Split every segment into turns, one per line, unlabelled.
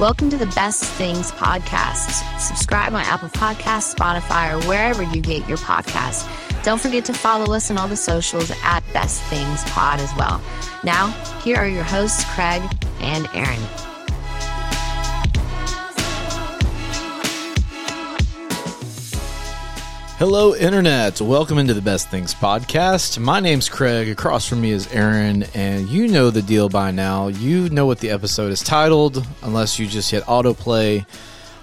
Welcome to the Best Things Podcast. Subscribe on Apple Podcasts, Spotify, or wherever you get your podcast. Don't forget to follow us on all the socials at Best Things Pod as well. Now, here are your hosts, Craig and Aaron.
Hello, Internet. Welcome into the Best Things Podcast. My name's Craig. Across from me is Aaron, and you know the deal by now. You know what the episode is titled, unless you just hit autoplay.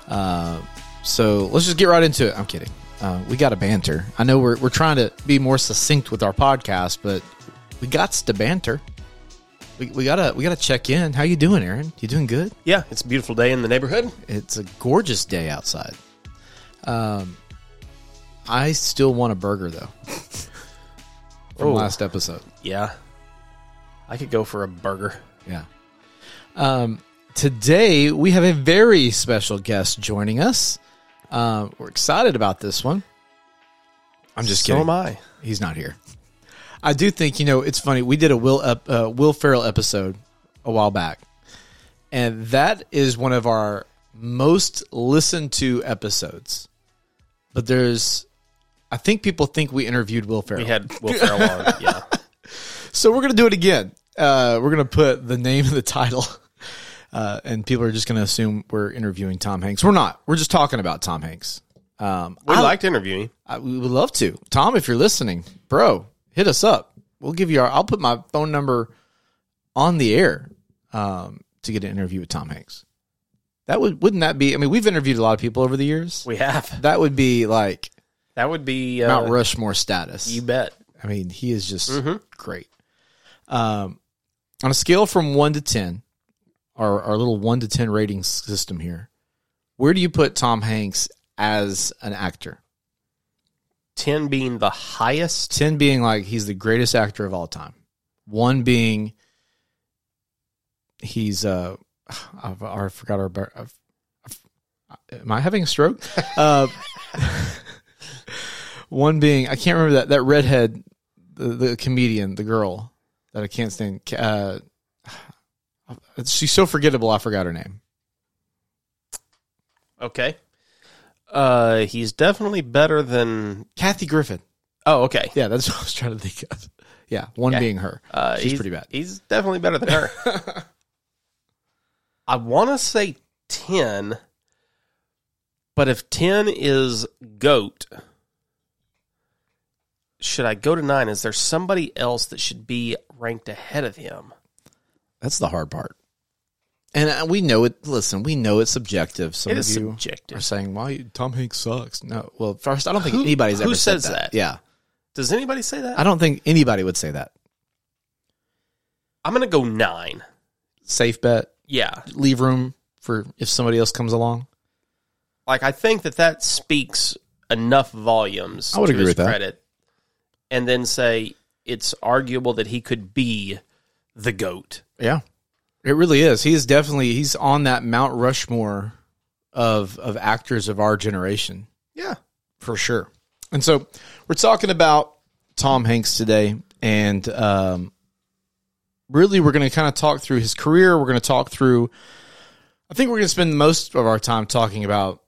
Uh, so let's just get right into it. I'm kidding. Uh, we got to banter. I know we're, we're trying to be more succinct with our podcast, but we got to banter. We, we gotta we gotta check in. How you doing, Aaron? You doing good?
Yeah, it's a beautiful day in the neighborhood.
It's a gorgeous day outside. Um, I still want a burger though. From
Oh.
last episode,
Yeah. I could go for a burger.
yeah. Um, today we have a very special guest joining us. Uh, we're excited about this one. I'm just
so
kidding.
am I.
He's not here. I do think you know it's funny. We did a Will ep- uh, Will Ferrell episode a while back, and that is one of our most listened to episodes. But there's, I think people think we interviewed Will Ferrell,
We had Will Ferrell on. Yeah.
so we're gonna do it again. Uh, we're gonna put the name of the title, uh, and people are just gonna assume we're interviewing Tom Hanks. We're not. We're just talking about Tom Hanks. Um,
We liked interviewing.
I, we would love to. Tom, if you're listening, bro, hit us up. We'll give you our, I'll put my phone number on the air um, to get an interview with Tom Hanks. That would, wouldn't that be, I mean, we've interviewed a lot of people over the years.
We have.
That would be like
That would be uh,
Mount Rushmore status.
You bet.
I mean, he is just great. Um, on a scale from one to 10, our, our little one to 10 rating system here, where do you put Tom Hanks as an actor?
Ten being the highest.
10 being like he's the greatest actor of all time. One being he's uh I've, I forgot our bar- I've, I've, am I having a stroke? Uh one being I can't remember that that redhead the, the comedian, the girl that I can't stand ca- uh she's so forgettable I forgot her name.
Okay. Uh, he's definitely better than.
Kathy Griffin.
Oh, okay.
Yeah, that's what I was trying to think of. Yeah, one
Yeah.
being her.
Uh,
She's pretty bad.
He's definitely better than her. I want to say ten, but if ten is goat, should I go to nine? Is there somebody else that should be ranked ahead of him?
That's the hard part. And uh, we know it. Listen, we know it's subjective. Some
It
of
is
you
subjective.
are saying, "Why Tom Hanks sucks?" No. Well, first, I don't think anybody's
who
ever said
says that?
Yeah,
Does anybody say that?
I don't think anybody would say that.
I'm going to go nine.
Safe bet.
Yeah,
Leave room for if somebody else comes along.
like I think that that speaks enough volumes.
I would
to
agree
his
with that.
Credit, and then say it's arguable that he could be the goat.
Yeah, it really is. He is definitely he's on that Mount Rushmore of of actors of our generation.
Yeah,
for sure. And so we're talking about Tom Hanks today, and um, really, we're going to kind of talk through his career. We're going to talk through. I think we're going to spend most of our time talking about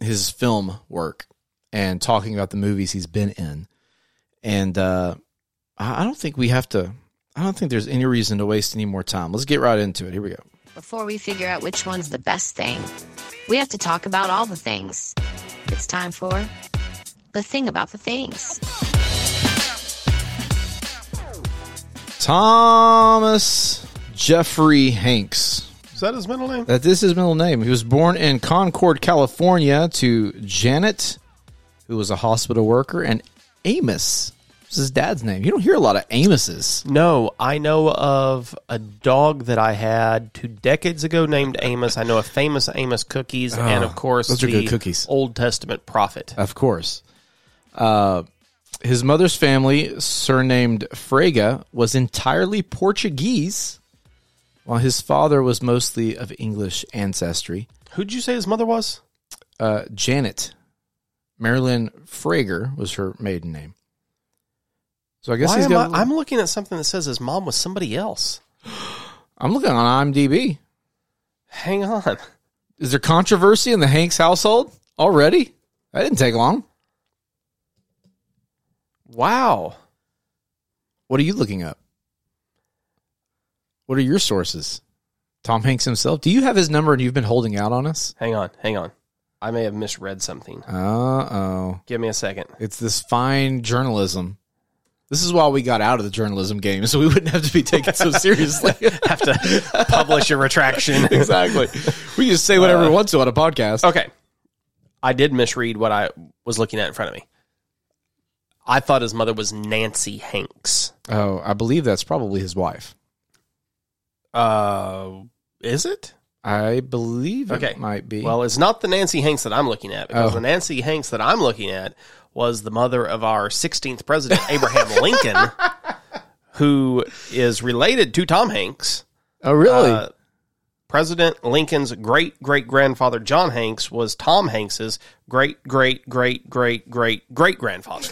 his film work and talking about the movies he's been in. And uh, I I don't think we have to. I don't think there's any reason to waste any more time. Let's get right into it. Here we go.
Before we figure out which one's the best thing, we have to talk about all the things. It's time for the thing about the things.
Thomas Jeffrey Hanks.
is that his middle name?
That this is his middle name. He was born in Concord, California, to Janet, who was a hospital worker, and Amos. This is his dad's name. You don't hear a lot of Amoses.
No, I know of a dog that I had two decades ago named Amos. I know of famous Amos cookies, and of course,
Ah, those are
the
good cookies.
Old Testament prophet.
Of course. Uh, his mother's family, surnamed Frega, was entirely Portuguese, while his father was mostly of English ancestry.
Who'd you say his mother was?
Uh, Janet, Marilyn Frager, was her maiden name. So I guess
Why
he's
am
got a
I, I'm looking at something that says his mom was somebody else.
I'm looking on IMDb.
Hang on.
Is there controversy in the Hanks household already? That didn't take long.
Wow.
What are you looking up? What are your sources? Tom Hanks himself. Do you have his number and you've been holding out on us?
Hang on, hang on. I may have misread something.
Uh oh.
Give me a second.
It's this fine journalism. This is why we got out of the journalism game, so we wouldn't have to be taken so seriously.
Have to publish a retraction.
exactly. We just say whatever
Uh,
we want to on a podcast.
Okay. I did misread what I was looking at in front of me. I thought his mother was Nancy Hanks.
Oh, I believe that's probably his wife.
Uh, is it?
I believe
Okay.
it might be.
Well, it's not the Nancy Hanks that I'm looking at because
Oh.
the Nancy Hanks that I'm looking at was the mother of our 16th president, Abraham Lincoln, who is related to Tom Hanks.
oh, really?
Uh, President Lincoln's great great grandfather, John Hanks, was Tom Hanks's great great great great great great grandfather.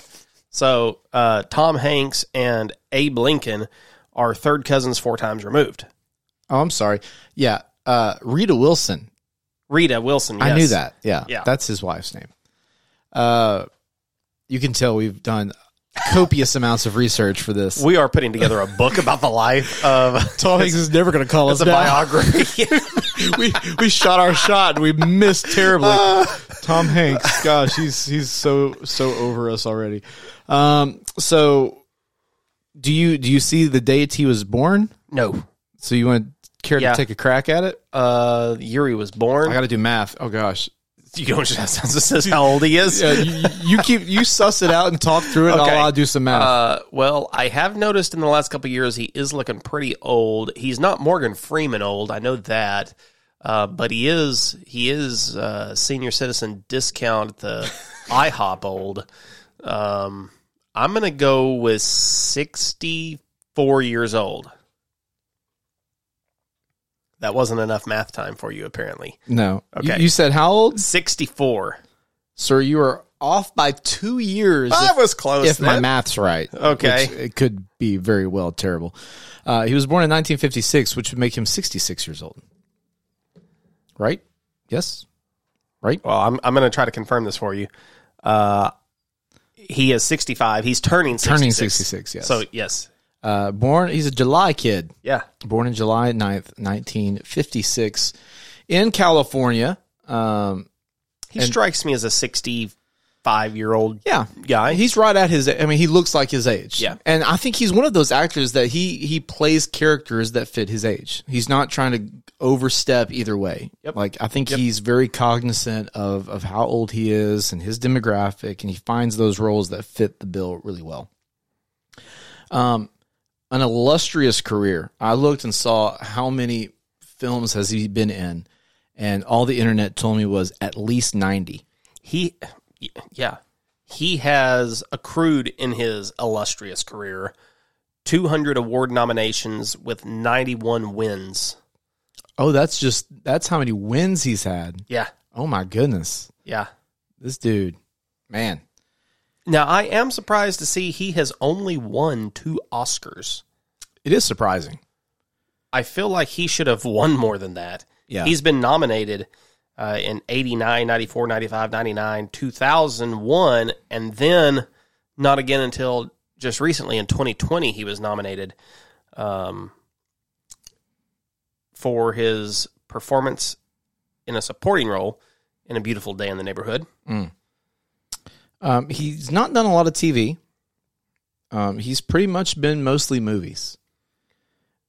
So uh, Tom Hanks and Abe Lincoln are third cousins four times removed.
oh, I'm sorry. Yeah. Uh, Rita Wilson.
Rita Wilson, yes.
I knew that. Yeah.
Yeah.
That's his wife's name. Uh, you can tell we've done copious amounts of research for this.
We are putting together a book about the life of
Tom Hanks is never going to call
It's a biography.
we we shot our shot and we missed terribly. Tom Hanks, gosh, he's he's so so over us already. Um, so do you do you see the date he was born?
no.
So you want to care
Yeah.
to take a crack at it?
Uh, Yuri was born.
I got to do math. Oh gosh,
you don't just have to say how old he is.
yeah, Uh, you, you keep you suss it out and talk through it. and
Okay.
I'll, I'll do some math.
Uh, well, I have noticed in the last couple of years he is looking pretty old. He's not Morgan Freeman old. I know that. Uh, but he is he is uh, senior citizen discount at the IHOP old. Um, I'm gonna go with 64 years old. That wasn't enough math time for you, apparently.
no,
okay.
You, you said how old,
64.
sir? You are off by two years. if-
was close.
if my math's right.
Okay.
Which it could be very well terrible. Uh, he was born in 1956, which would make him 66 years old. Right? Yes.
well, I'm I'm going to try to confirm this for you. Uh, he is 65. He's turning 66.
Turning 66, yes.
So yes,
Uh, born, he's a July kid.
yeah.
Born in July 9th, 1956, in California. Um,
He strikes me as a 65 year old
yeah.
guy.
He's right at his. I mean, he looks like his age.
Yeah.
and I think he's one of those actors that he he plays characters that fit his age. He's not trying to overstep either way.
Yep.
Like I think he's very cognizant of of how old he is and his demographic, and he finds those roles that fit the bill really well. Um, an illustrious career. I looked and saw how many films has he been in, and all the internet told me was at least ninety.
he yeah. He has accrued in his illustrious career 200 award nominations with 91 wins.
Oh, that's just that's how many wins he's had.
Yeah.
Oh my goodness.
Yeah.
This dude. Man.
Now I am surprised to see he has only won two Oscars.
It is surprising.
I feel like he should have won more than that.
Yeah.
He's been nominated uh, in 89, 94, 95, 99, 2001, and then not again until just recently in 2020 he was nominated um, for his performance in a supporting role in A Beautiful Day in the Neighborhood.
Um, he's not done a lot of TV. Um, he's pretty much been mostly movies.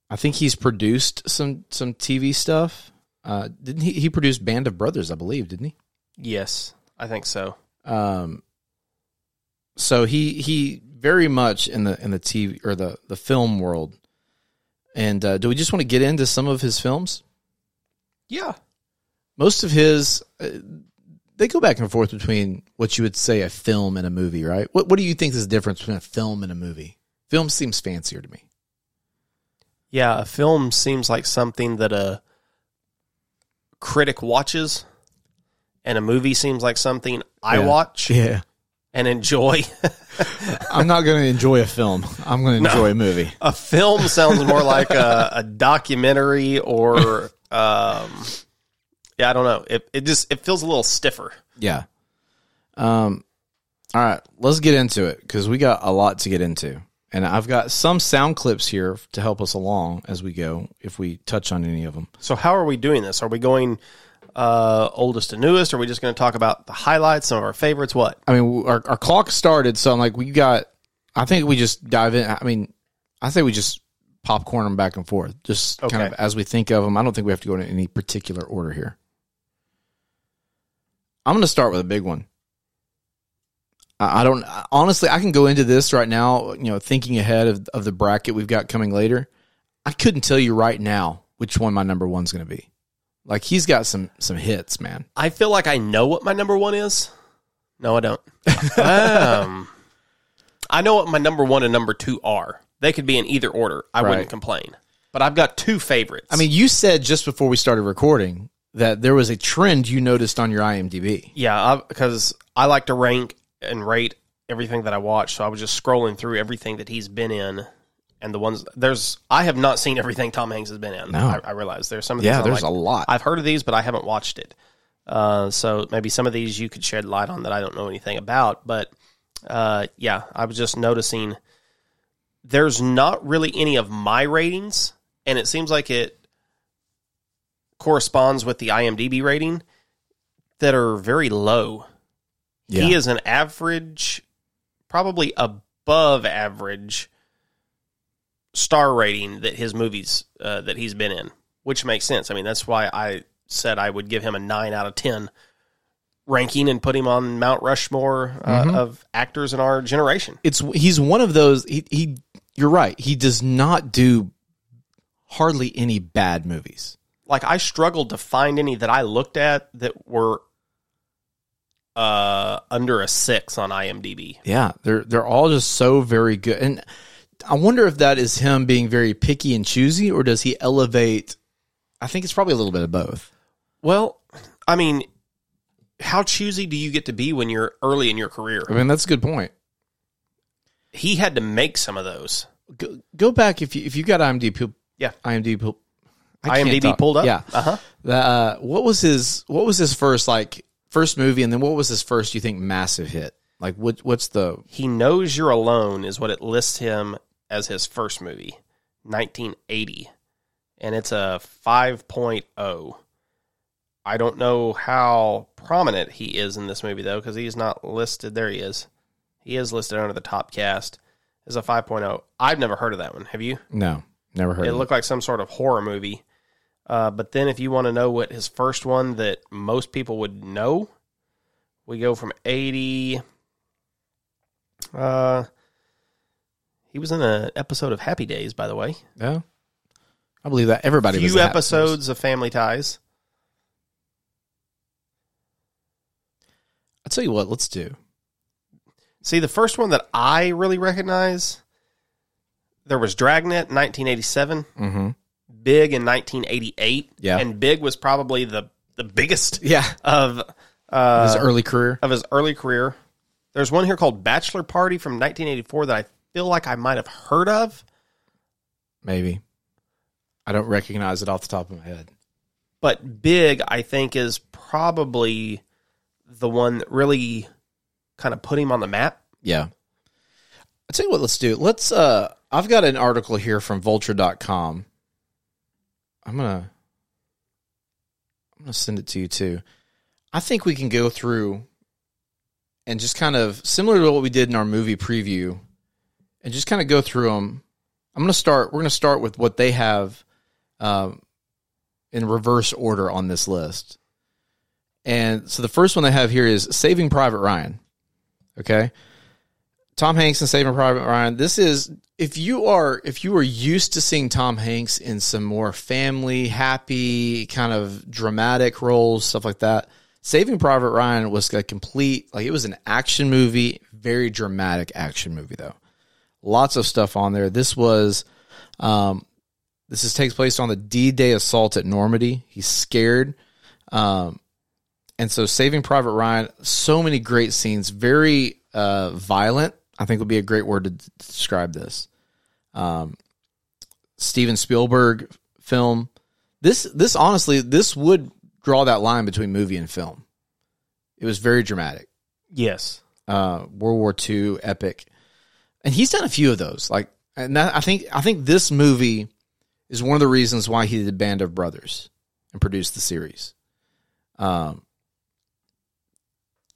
I think he's produced some some TV stuff. Uh, didn't he? He produced Band of Brothers, I believe, didn't he?
Yes, I think so.
Um, so he he very much in the in the TV or the the film world. And uh, do we just want to get into some of his films?
Yeah.
most of his uh, they go back and forth between what you would say a film and a movie right what what do you think is the difference between a film and a movie film seems fancier to me
Yeah, a film seems like something that a critic watches, and a movie seems like something I
Yeah.
watch
yeah
and enjoy.
i'm not going to enjoy a film i'm going to enjoy a movie
a film sounds more like a, a documentary or um, Yeah, I don't know. It it just it feels a little stiffer.
Yeah. Um. All right, let's get into it because we got a lot to get into, and I've got some sound clips here to help us along as we go if we touch on any of them.
So how are we doing this? Are we going uh, oldest to newest? Are we just going to talk about the highlights, some of our favorites? What?
I mean, our, our clock started, so I'm like, we got. I think we just dive in. I mean, I think we just popcorn them back and forth, just kind
Okay.
of as we think of them. I don't think we have to go in any particular order here. I'm going to start with a big one. I I don't honestly. I can go into this right now, you know, thinking ahead of, of the bracket we've got coming later. I couldn't tell you right now which one my number one's going to be. Like he's got some some hits, man.
I feel like I know what my number one is. No, I don't. um, I know what my number one and number two are. They could be in either order. I
Right.
wouldn't complain. But I've got two favorites.
I mean, you said just before we started recording that there was a trend you noticed on your IMDb.
yeah, because I like to rank and rate everything that I watch. So I was just scrolling through everything that he's been in. And the ones there's, I have not seen everything Tom Hanks has been in.
No.
I, I realize there's some. Of these
Yeah,
I'm
there's
like,
a lot.
I've heard of these, but I haven't watched it. Uh, so maybe some of these you could shed light on that I don't know anything about. But uh, yeah, I was just noticing there's not really any of my ratings, and it seems like it corresponds with the IMDb rating that are very low.
yeah.
He is an average, probably above average star rating that his movies uh, that he's been in, which makes sense. I mean, that's why I said I would give him a nine out of ten ranking and put him on Mount Rushmore uh,
Mhm.
of actors in our generation.
it's he's one of those. He, he, you're right. He does not do hardly any bad movies.
Like I struggled to find any that I looked at that were uh, under a six on IMDb.
Yeah, they're they're all just so very good. And I wonder if that is him being very picky and choosy, or does he elevate? I think it's probably a little bit of both.
Well, I mean, how choosy do you get to be when you're early in your career?
I mean, that's a good point.
He had to make some of those.
Go, go back if you if you got IMDb.
Yeah.
IMDb. pull- I can't
IMDb
talk.
pulled up.
Yeah,
Uh huh.
The, uh, what was his What was his first like first movie, and then what was his first? You think massive hit? Like what? What's the
He knows you're alone is what it lists him as his first movie, 1980, and it's a 5.0. I don't know how prominent he is in this movie though, because he's not listed. There he is. He is listed under the top cast as a 5.0. I've never heard of that one. Have you?
no? Never heard.
It
of
looked like some sort of horror movie. Uh, but then, if you want to know what his first one that most people would know, we go from eighty. Uh, he was in an episode of Happy Days, by the way.
it. No, I believe that everybody. was
Few
in that first.
episodes of Family Ties.
I'll tell you what. Let's do.
See, the first one that I really recognize, there was Dragnet, nineteen eighty-seven,
Mm-hmm.
Big in nineteen eighty-eight,
Yeah.
and Big was probably the the biggest
Yeah,
of uh,
his early career.
of his early career. There's one here called Bachelor Party from 1984 that I feel like I might have heard of,
Maybe I don't recognize it off the top of my head.
but Big, I think, is probably the one that really kind of put him on the map.
Yeah. I'll tell you what, let's do. Let's uh I've got an article here from vulture.com. I'm gonna I'm gonna send it to you too. I think we can go through and just kind of similar to what we did in our movie preview and just kind of go through them. I'm gonna start we're gonna start with what they have um in reverse order on this list. And so the first one they have here is Saving Private Ryan. Okay. Tom Hanks in Saving Private Ryan. This is if you are if you are used to seeing Tom Hanks in some more family, happy, kind of dramatic roles, stuff like that. Saving Private Ryan was a complete like it was an action movie, very dramatic action movie though. Lots of stuff on there. This was um this is takes place on the D-Day assault at Normandy. He's scared. Um and so Saving Private Ryan, so many great scenes, very uh, violent. I think would be a great word to d- describe this. Um, Steven Spielberg film. This this honestly, this would draw that line between movie and film. It was very dramatic.
Yes.
uh, World War II epic, and he's done a few of those. Like, and that, I think I think this movie is one of the reasons why he did Band of Brothers and produced the series. Um,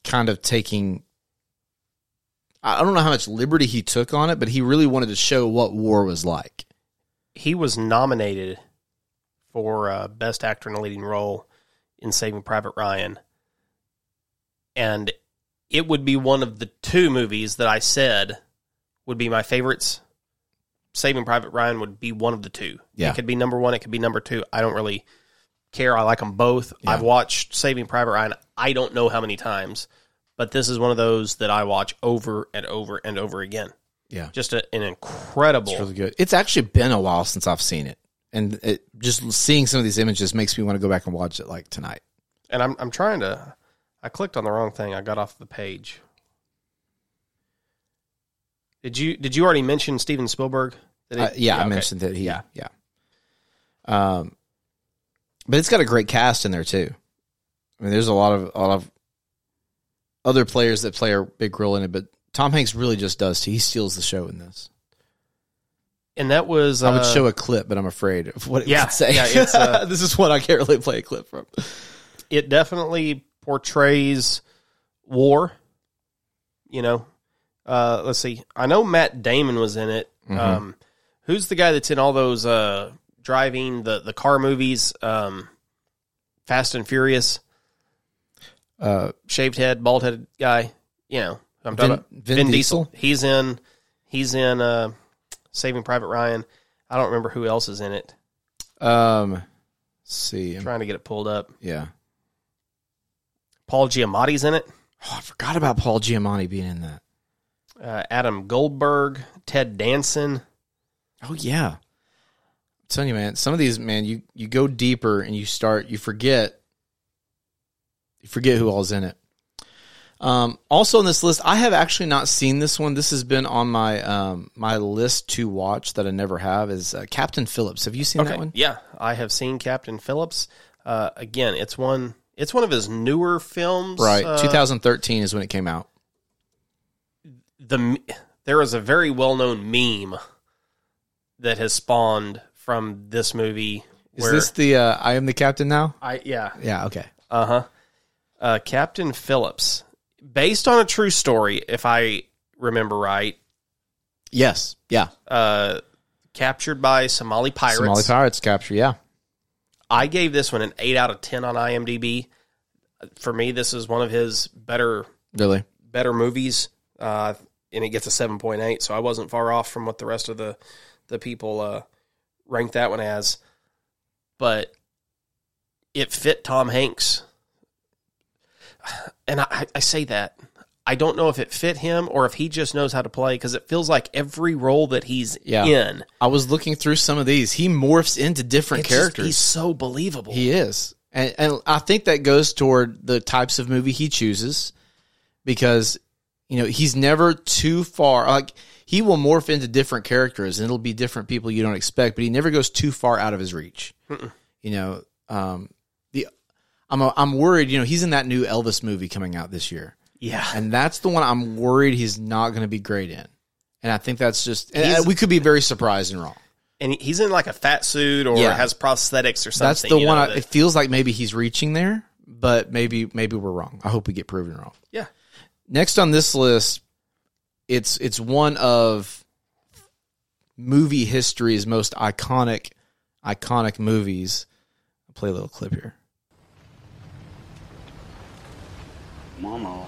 kind of taking. I I don't know how much liberty he took on it, but he really wanted to show what war was like.
He was nominated for uh, Best Actor in a Leading Role in Saving Private Ryan. And it would be one of the two movies that I said would be my favorites. Saving Private Ryan would be one of the two.
Yeah.
It could be number one, it could be number two. I don't really care. I like them both.
Yeah.
I've watched Saving Private Ryan, I don't know how many times, but this is one of those that I watch over and over and over again.
Yeah.
Just a, an incredible.
It's really good. It's actually been a while since I've seen it, and it, just seeing some of these images makes me want to go back and watch it like tonight.
and I'm, I'm trying to. I clicked on the wrong thing. I got off the page. Did you Did you already mention Steven Spielberg? Did
Uh,
it-
yeah, I
okay.
mentioned that. He, yeah, yeah. Um, but it's got a great cast in there too. I mean, there's a lot of a lot of other players that play a big role in it, but Tom Hanks really just does. He steals the show in this.
And that was.
I would
uh,
show a clip, but I'm afraid of what it
yeah,
would say.
yeah, it's, uh,
this is what I can't really play a clip from.
it definitely portrays war. You know, uh, let's see. I know Matt Damon was in it.
Mm-hmm.
Um, who's the guy that's in all those uh, driving the the car movies? Um, Fast and Furious,
Uh,
shaved head, bald headed guy. You know, who I'm
Vin-
talking about uh,
Vin Diesel?
He's in. He's in uh, Saving Private Ryan. I don't remember who else is in it.
um, let's see,
trying to get it pulled up.
yeah.
Paul Giamatti's in it.
Oh, I forgot about Paul Giamatti being in that.
Uh, Adam Goldberg, Ted Danson.
Oh yeah. I'm telling you, man, some of these man, you you go deeper and you start you forget you forget who all's in it. Um, also on this list, I have actually not seen this one. This has been on my um, my list to watch that I never have is uh, Captain Phillips. Have you seen that one?
Yeah, I have seen Captain Phillips. Uh, again, it's one. It's one of his newer films.
Right,
Uh,
2013 is when it came out.
the m- there is a very well known meme that has spawned from this movie.
Is
where
this the uh, I am the captain now?
I yeah
Yeah, okay.
uh-huh uh captain phillips based on a true story if i remember right
Yes, yeah.
uh captured by somali pirates
Somali pirates capture. Yeah,
i gave this one an 8 out of 10 on imdb for me this is one of his better
really.
better movies uh and it gets a 7.8 so i wasn't far off from what the rest of the the people uh ranked that one as but it fit tom hanks and i i say that i don't know if it fit him or if he just knows how to play because it feels like every role that he's
Yeah.
in
I was looking through some of these. He morphs into different
it's just-
characters.
he's so believable
He is. And, and I think that goes toward the types of movie he chooses because, you know, he's never too far. Like, he will morph into different characters and it'll be different people you don't expect, but he never goes too far out of his reach. You know, um, the I'm, a, I'm worried, you know, he's in that new Elvis movie coming out this year.
yeah
And that's the one I'm worried he's not going to be great in. And I think that's just, and
He's-
we could be very surprised and wrong.
and he- he's in like a fat suit or
Yeah.
has prosthetics or something
That's the
you know,
one. I,
that-
it feels like maybe he's reaching there, but maybe maybe we're wrong. I hope we get proven wrong.
yeah
Next on this list, it's it's one of movie history's most iconic iconic movies. I'll play a little clip here.
Mama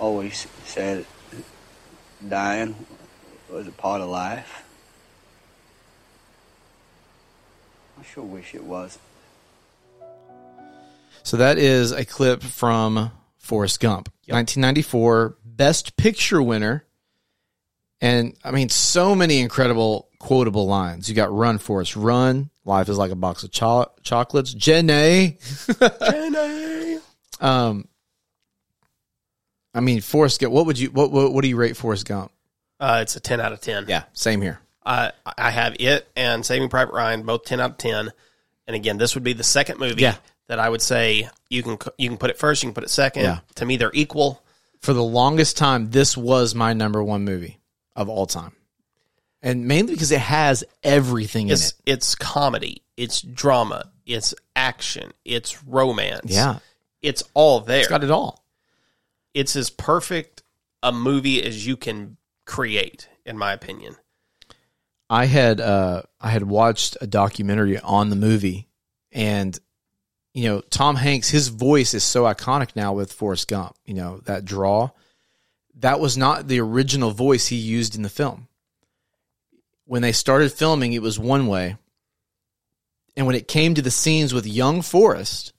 always said dying was a part of life. I sure wish it was.
So that is a clip from Forrest Gump, 1994 Best Picture winner. And I mean, so many incredible quotable lines. You got "Run, Forrest, run." Life is like a box of cho- chocolates. Jenny, Um, I mean, Forrest Gump. What would you what what, what do you rate Forrest Gump?
uh, it's a 10 out of 10
Yeah, same here.
I I have it and Saving Private Ryan both ten out of ten, And again, this would be the second movie
Yeah.
that I would say you can you can put it first, you can put it second.
Yeah.
To me, they're equal.
for the longest time, this was my number one movie of all time, and mainly because it has everything
It's it's comedy, it's drama, it's action, it's romance.
in it. Yeah,
it's all there.
it's got it all.
it's as perfect a movie as you can create, in my opinion.
I had uh, I had watched a documentary on the movie, and you know Tom Hanks, his voice is so iconic now with Forrest Gump. You know that draw, that was not the original voice he used in the film. When they started filming, it was one way, and when it came to the scenes with young Forrest,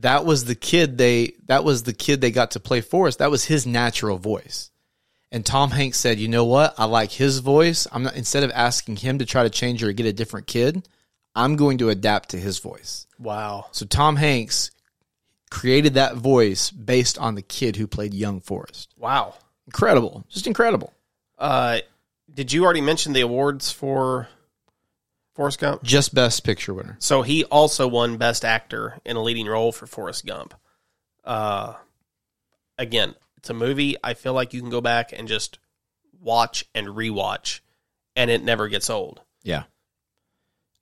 that was the kid they that was the kid they got to play Forrest. That was his natural voice. And Tom Hanks said, "You know what? I like his voice. I'm not instead of asking him to try to change or get a different kid, I'm going to adapt to his voice."
Wow.
So Tom Hanks created that voice based on the kid who played young Forrest.
Wow.
Incredible. Just incredible.
Uh, did you already mention the awards for Forrest Gump?
Just best picture winner.
So he also won Best Actor in a Leading Role for Forrest Gump. Uh, again, it's a movie I feel like you can go back and just watch and rewatch, and it never gets old.
Yeah.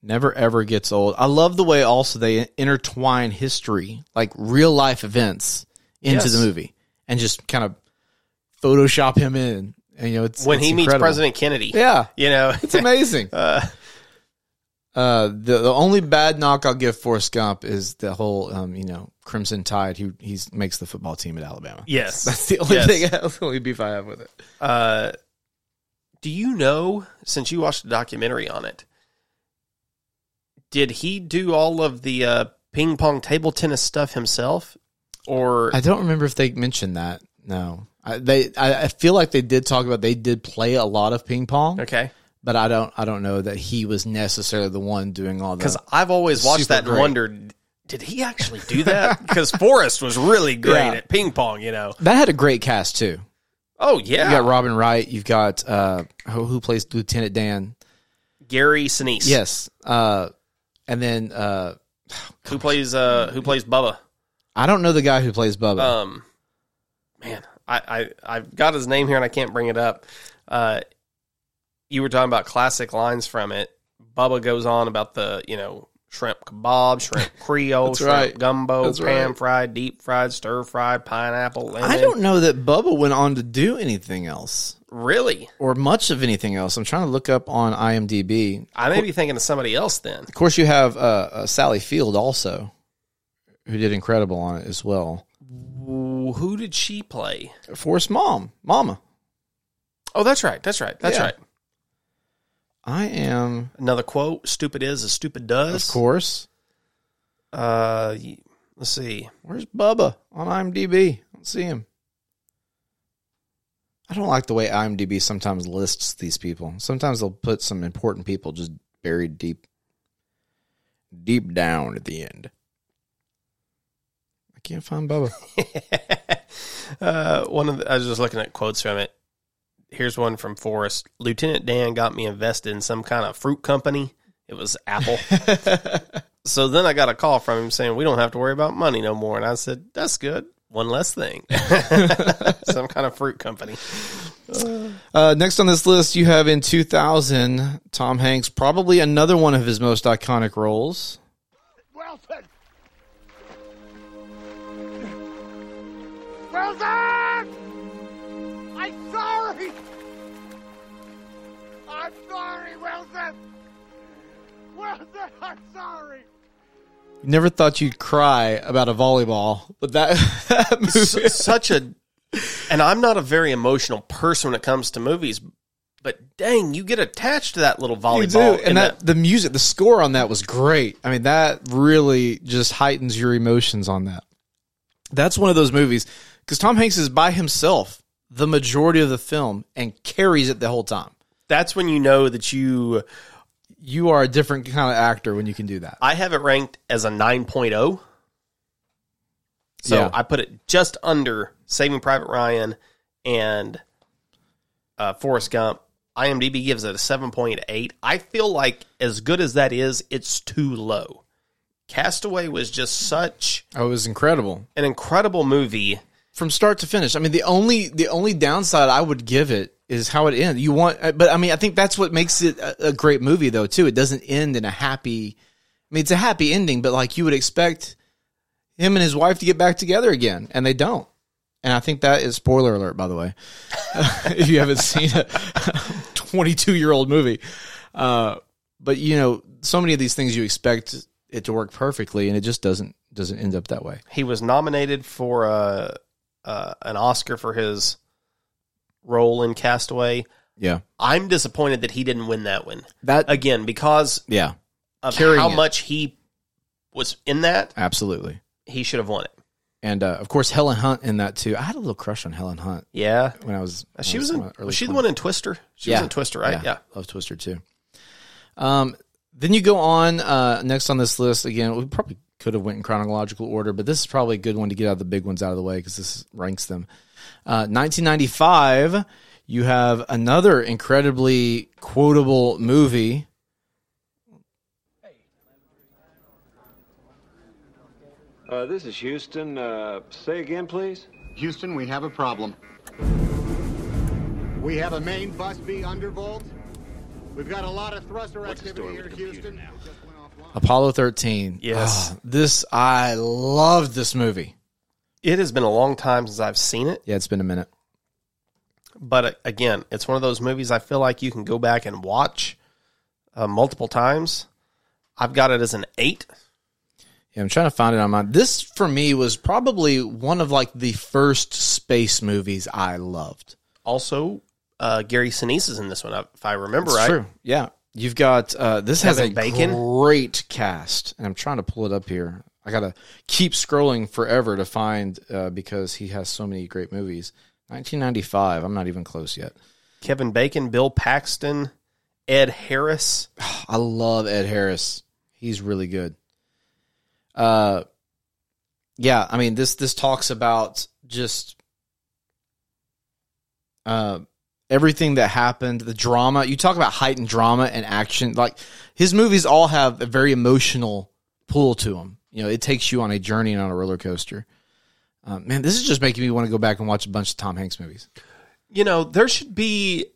Never ever gets old. I love the way also they intertwine history, like real life events into
Yes.
the movie and just kind of photoshop him in. And you know, it's
When
it's
he meets
incredible.
President Kennedy,
Yeah.
you know,
It's amazing.
uh,
Uh, the the only bad knock I'll give Forrest Gump is the whole um, you know Crimson Tide. Who he makes the football team at Alabama.
yes,
That's the only
Yes.
thing. That's the only beef I have with it.
Uh, do you know, since you watched the documentary on it, did he do all of the uh, ping pong table tennis stuff himself? Or
I don't remember if they mentioned that. No, I, they. I, I feel like they did talk about they did play a lot of ping pong,
okay,
but I don't. I don't know that he was necessarily the one doing all
because
that.
I've always watched
Super
that and
great.
wondered, did he actually do that? Because Forrest was really great
Yeah.
at ping pong, you know.
That had a great cast too.
Oh yeah,
You got Robin Wright. You've got uh, who, who plays Lieutenant Dan?
Gary Sinise,
Yes, uh, and then uh,
who plays uh, who plays Bubba.
I don't know the guy who plays Bubba.
Um, man, I, I I've got his name here and I can't bring it up. Uh, you were talking about classic lines from it. Bubba goes on about the you know shrimp kebab, shrimp Creole,
That's
shrimp
right.
gumbo,
That's
pan
right.
fried, deep fried, stir fried, pineapple. Lemon.
I don't know that Bubba went on to do anything else
really.
or much of anything else. I'm trying to look up on IMDb.
I may be thinking of somebody else then.
Of course, you have uh, uh, Sally Field also, who did incredible on it as well.
Who did she play?
Forrest Mom, Mama.
Oh, that's right. That's right. That's
Yeah.
right.
I am,
Another quote: "Stupid is as stupid
of
does."
course.
Uh, y- let's see.
Where's Bubba on IMDb? I don't see him. I don't like the way IMDb sometimes lists these people. Sometimes they'll put some important people just buried deep, deep down at the end. I can't find Bubba.
uh, one of the, I was just looking at quotes from it. Here's one from Forrest. Lieutenant Dan got me invested in some kind of fruit company. It was Apple. so then I got a call from him saying we don't have to worry about money no more, and I said that's good. One less thing. some kind of fruit company.
Uh, next on this list, you have in 2000, Tom Hanks, probably another one of his most iconic roles.
Wilson! Wilson! I'm sorry! I'm sorry, Wilson! Wilson, I'm sorry!
Never thought you'd cry about a volleyball, but that, that movie-
S- such a, and I'm not a very emotional person when it comes to movies, but dang, you get attached to that little
You
volleyball.
do, and that, the music, the score on that was great. I mean, that really just heightens your emotions on that. That's one of those movies because Tom Hanks is by himself the majority of the film and carries it the whole time.
that's when you know that you
You are a different kind of actor when you can do that.
I have it ranked as a 9.0. So
Yeah.
I put it just under Saving Private Ryan and uh, Forrest Gump IMDb gives it a 7.8. I feel like as good as that is, it's too low. Castaway was just such
Oh, it was incredible
an incredible movie.
from start to finish. I mean, the only the only downside I would give it is how it ends. You want, uh, but I mean, I think that's what makes it a, a great movie, though. Too, it doesn't end in a happy. I mean, it's a happy ending, but like you would expect him and his wife to get back together again, and they don't. And I think that is spoiler alert, by the way, if you haven't seen a 22 year old movie. Uh, but you know, so many of these things you expect it to work perfectly, and it just doesn't doesn't end up that way.
He was nominated for a, uh, an Oscar for his role in Castaway.
Yeah,
I'm disappointed that he didn't win that one
that
again because
yeah,
of
Carrying
how
it.
much he was in that.
absolutely.
He should have won it.
and uh, of course Helen Hunt in that too. I had a little crush on Helen Hunt
Yeah,
when I was. when
Uh, she
I
was in.
my early
Was she the
20s.
one in Twister? She was in Twister, right? yeah.
love Twister too. Um, then you go on uh, next on this list again. We probably could have went in chronological order, but this is probably a good one to get out of the big ones out of the way because this ranks them. Uh, 1995, you have another incredibly quotable movie.
Uh, this is Houston. Uh, say again, please.
Houston, we have a problem. We have a main bus B undervolt. We've got a lot of thruster activity here, Houston.
Apollo 13.
Yes.
Ah, this I loved this movie.
It has been a long time since I've seen it,
Yeah, it's been a minute.
but uh, again, it's one of those movies I feel like you can go back and watch uh, multiple times. I've got it as an eight.
Yeah, I'm trying to find it on my. This for me was probably one of like the first space movies I loved.
Also, uh, Gary Sinise is in this one, I- if I remember
It's
right.
true. Yeah, you've got uh, this has a
Kevin Bacon?
great cast, and I'm trying to pull it up here. I gotta keep scrolling forever to find uh, because he has so many great movies. 1995. I'm not even close yet.
Kevin Bacon, Bill Paxton, Ed Harris.
I love Ed Harris. He's really good. Uh, yeah. I mean this this talks about just uh everything that happened, the drama. You talk about heightened drama and action. Like his movies all have a very emotional pull to them. You know, it takes you on a journey and on a roller coaster. Uh, man, this is just making me want to go back and watch a bunch of Tom Hanks movies.
You know, there should be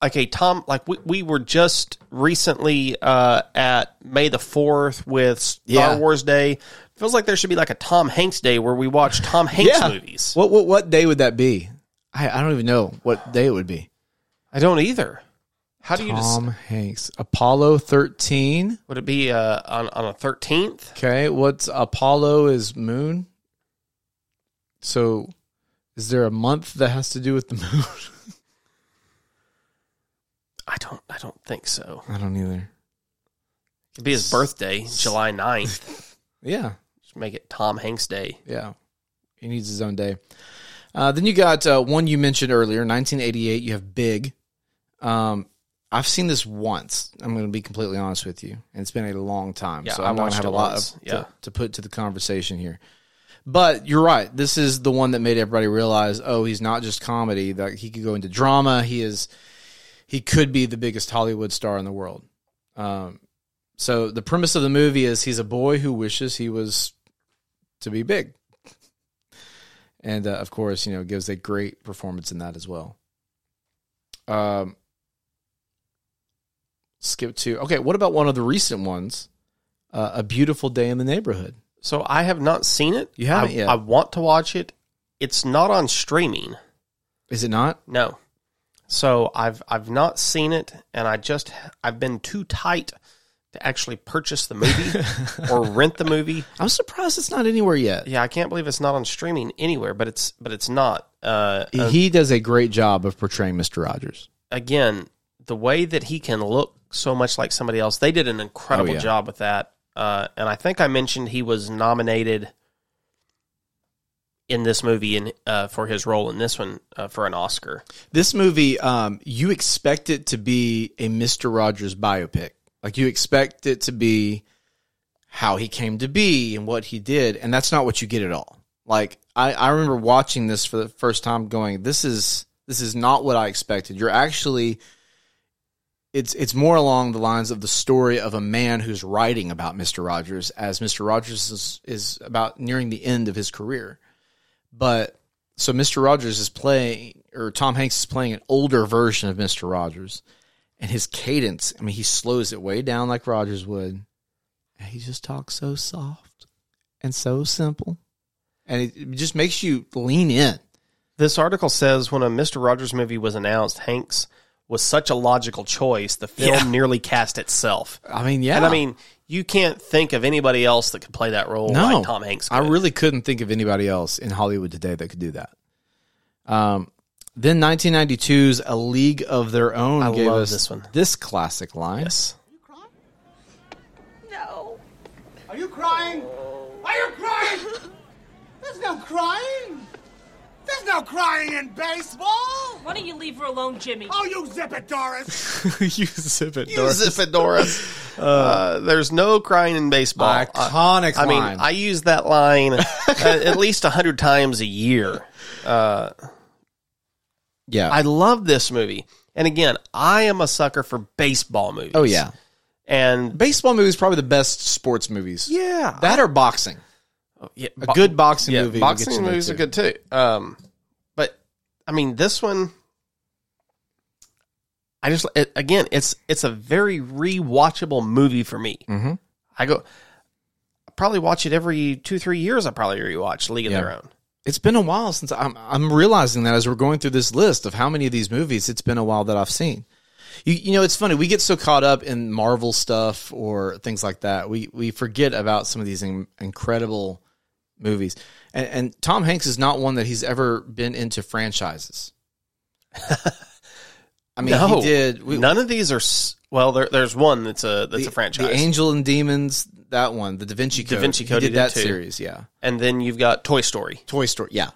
like a Tom, like we, we were just recently uh, at May the 4th with Star
Yeah.
Wars Day. Feels like there should be like a Tom Hanks Day where we watch Tom Hanks movies.
What what what day would that be? I, I don't even know what day it would be.
I don't either. How do you just?
Tom Hanks. Apollo 13.
Would it be uh, on on a thirteenth?
Okay, what's Apollo is moon? So is there a month that has to do with the moon?
I don't. I don't think so.
I don't either.
It'd be his birthday, July 9th.
Yeah.
Just make it Tom Hanks Day.
Yeah. He needs his own day. Uh, then you got uh, one you mentioned earlier, 1988. You have Big. Um, I've seen this once. I'm going to be completely honest with you. And it's been a long time.
Yeah,
so
I
I'm going
watched
to have
it
a lot
once.
of,
Yeah.
to, to put to the conversation here. But you're right. This is the one that made everybody realize, oh, he's not just comedy. That he could go into drama. He is, he could be the biggest Hollywood star in the world. Um, so the premise of the movie is he's a boy who wishes he was to be big, and uh, of course, you know, gives a great performance in that as well. Um, skip to okay. What about one of the recent ones? Uh, a beautiful day in the neighborhood.
So I have not seen it.
You haven't
I,
yet.
I want to watch it. It's not on streaming.
Is it not?
No. So I've I've not seen it, and I just I've been too tight to actually purchase the movie or rent the movie.
I'm surprised it's not anywhere yet.
Yeah, I can't believe it's not on streaming anywhere, but it's but it's not. Uh, uh,
he does a great job of portraying Mister Rogers.
again, the way that he can look so much like somebody else, they did an incredible
Oh, yeah.
job with that. Uh, and I think I mentioned he was nominated in this movie in, uh, for his role in this one uh, for an Oscar.
This movie, um, you expect it to be a Mister Rogers biopic. Like you expect it to be how he came to be and what he did, and that's not what you get at all. Like I, I remember watching this for the first time, going, "This is this is not what I expected." You're actually it's it's more along the lines of the story of a man who's writing about Mister Rogers as Mister Rogers is, is about nearing the end of his career, but so Mister Rogers is playing or Tom Hanks is playing an older version of Mister Rogers, and his cadence. I mean, he slows it way down like Rogers would. And he just talks so soft and so simple, and it, it just makes you lean in.
This article says when a Mr. Rogers movie was announced, Hanks was such a logical choice, the film
Yeah.
nearly cast itself.
I mean, yeah,
And I mean, you can't think of anybody else that could play that role like Tom Hanks.
I
could.
really couldn't think of anybody else in Hollywood today that could do that. Um, then 1992's A League of Their Own
I
gave
love
us
this one.
this classic line.
Yes.
No.
Are you crying?
Oh.
Are you crying? There's no crying. There's no crying in baseball.
Why don't you leave her alone, Jimmy?
Oh, you zip it, Doris.
you zip it,
Use it, Fedoras. Uh, there's no crying in baseball.
Iconic
I, I mean,
line.
I use that line uh, at least a hundred times a year.
Yeah.
I love this movie, and again, I am a sucker for baseball movies.
oh yeah.
and
Baseball movies probably the best sports movies.
yeah,
That or boxing.
yeah,
A
bo-
good boxing movie. will get
Boxing
you in there,
movies
too.
are good too. Um, but I mean, this one, I just it, again, it's it's a very rewatchable movie for me. Mm-hmm. I go, I probably watch it every two three years. I probably rewatch League of
Yeah.
Their Own.
It's been a while since I'm I'm realizing that as we're going through this list of how many of these movies it's been a while that I've seen. You you know it's funny we get so caught up in Marvel stuff or things like that we we forget about some of these in, incredible movies and, and Tom Hanks is not one that he's ever been into franchises. I mean
no,
he did we-
none of these are. s- Well, there, there's one that's a that's
the-
a franchise,
The Angel and Demons that one the Da Vinci Code
Vinci
He
Code he
did
did
that
too.
series yeah
and then you've got Toy Story.
Toy Story yeah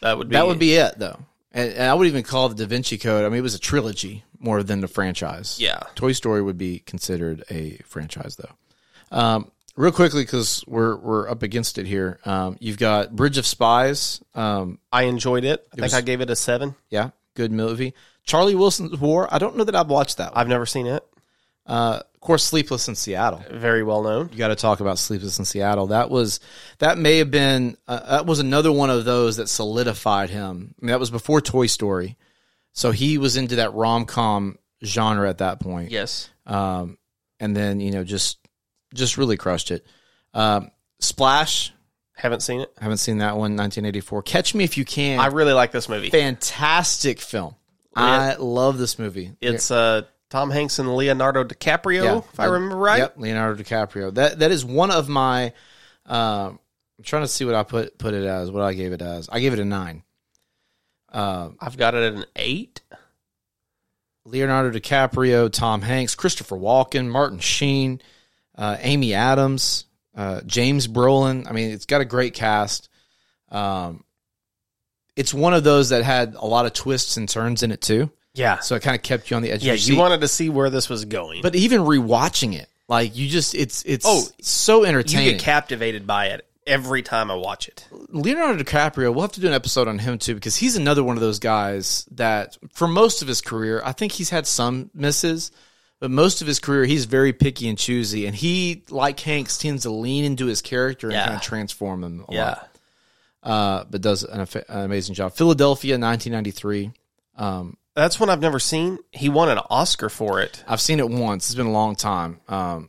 That would be
That would be it, though. And, and I would even call the Da Vinci Code. I mean, it was a trilogy more than a franchise.
Yeah.
Toy Story would be considered a franchise, though. Um, real quickly, because we're we're up against it here. Um, you've got Bridge of Spies. Um,
I enjoyed it. I think
was-
I gave it a seven.
yeah, good movie. Charlie Wilson's War. I don't know that I've watched that. One.
I've never seen it.
Uh, of course, Sleepless in Seattle.
Very well known.
You got to talk about Sleepless in Seattle. That was that may have been uh, that was another one of those that solidified him. I mean, that was before Toy Story, so he was into that rom com genre at that point.
Yes.
Um, and then you know just just really crushed it. Um, Splash,
Haven't seen it.
haven't seen that one. 1984. Catch Me If You Can.
I really like this movie.
fantastic film. I love this movie.
It's uh, Tom Hanks and Leonardo DiCaprio,
Yeah.
if I remember right.
Yep, Leonardo DiCaprio. That that is one of my. Um, I'm trying to see what I put put it as. What I gave it as. I gave it a nine. Um,
I've got it at an eight.
Leonardo DiCaprio, Tom Hanks, Christopher Walken, Martin Sheen, uh, Amy Adams, uh, James Brolin. I mean, it's got a great cast. Um, it's one of those that had a lot of twists and turns in it too,
Yeah.
so it kind of kept you on the edge.
yeah,
of your
you
seat.
wanted to see where this was going.
but even rewatching it, like you just, it's it's
Oh,
so
you
entertaining.
get captivated by it every time I watch it.
Leonardo DiCaprio, we'll have to do an episode on him too because he's another one of those guys that for most of his career, I think he's had some misses, but most of his career he's very picky and choosy and he like Hanks tends to lean into his character and
Yeah.
kind of transform him a lot. Uh, but does an, affa- an amazing job. Philadelphia 1993.
That's one I've never seen. He won an Oscar for it.
I've seen it once. It's been a long time. Um,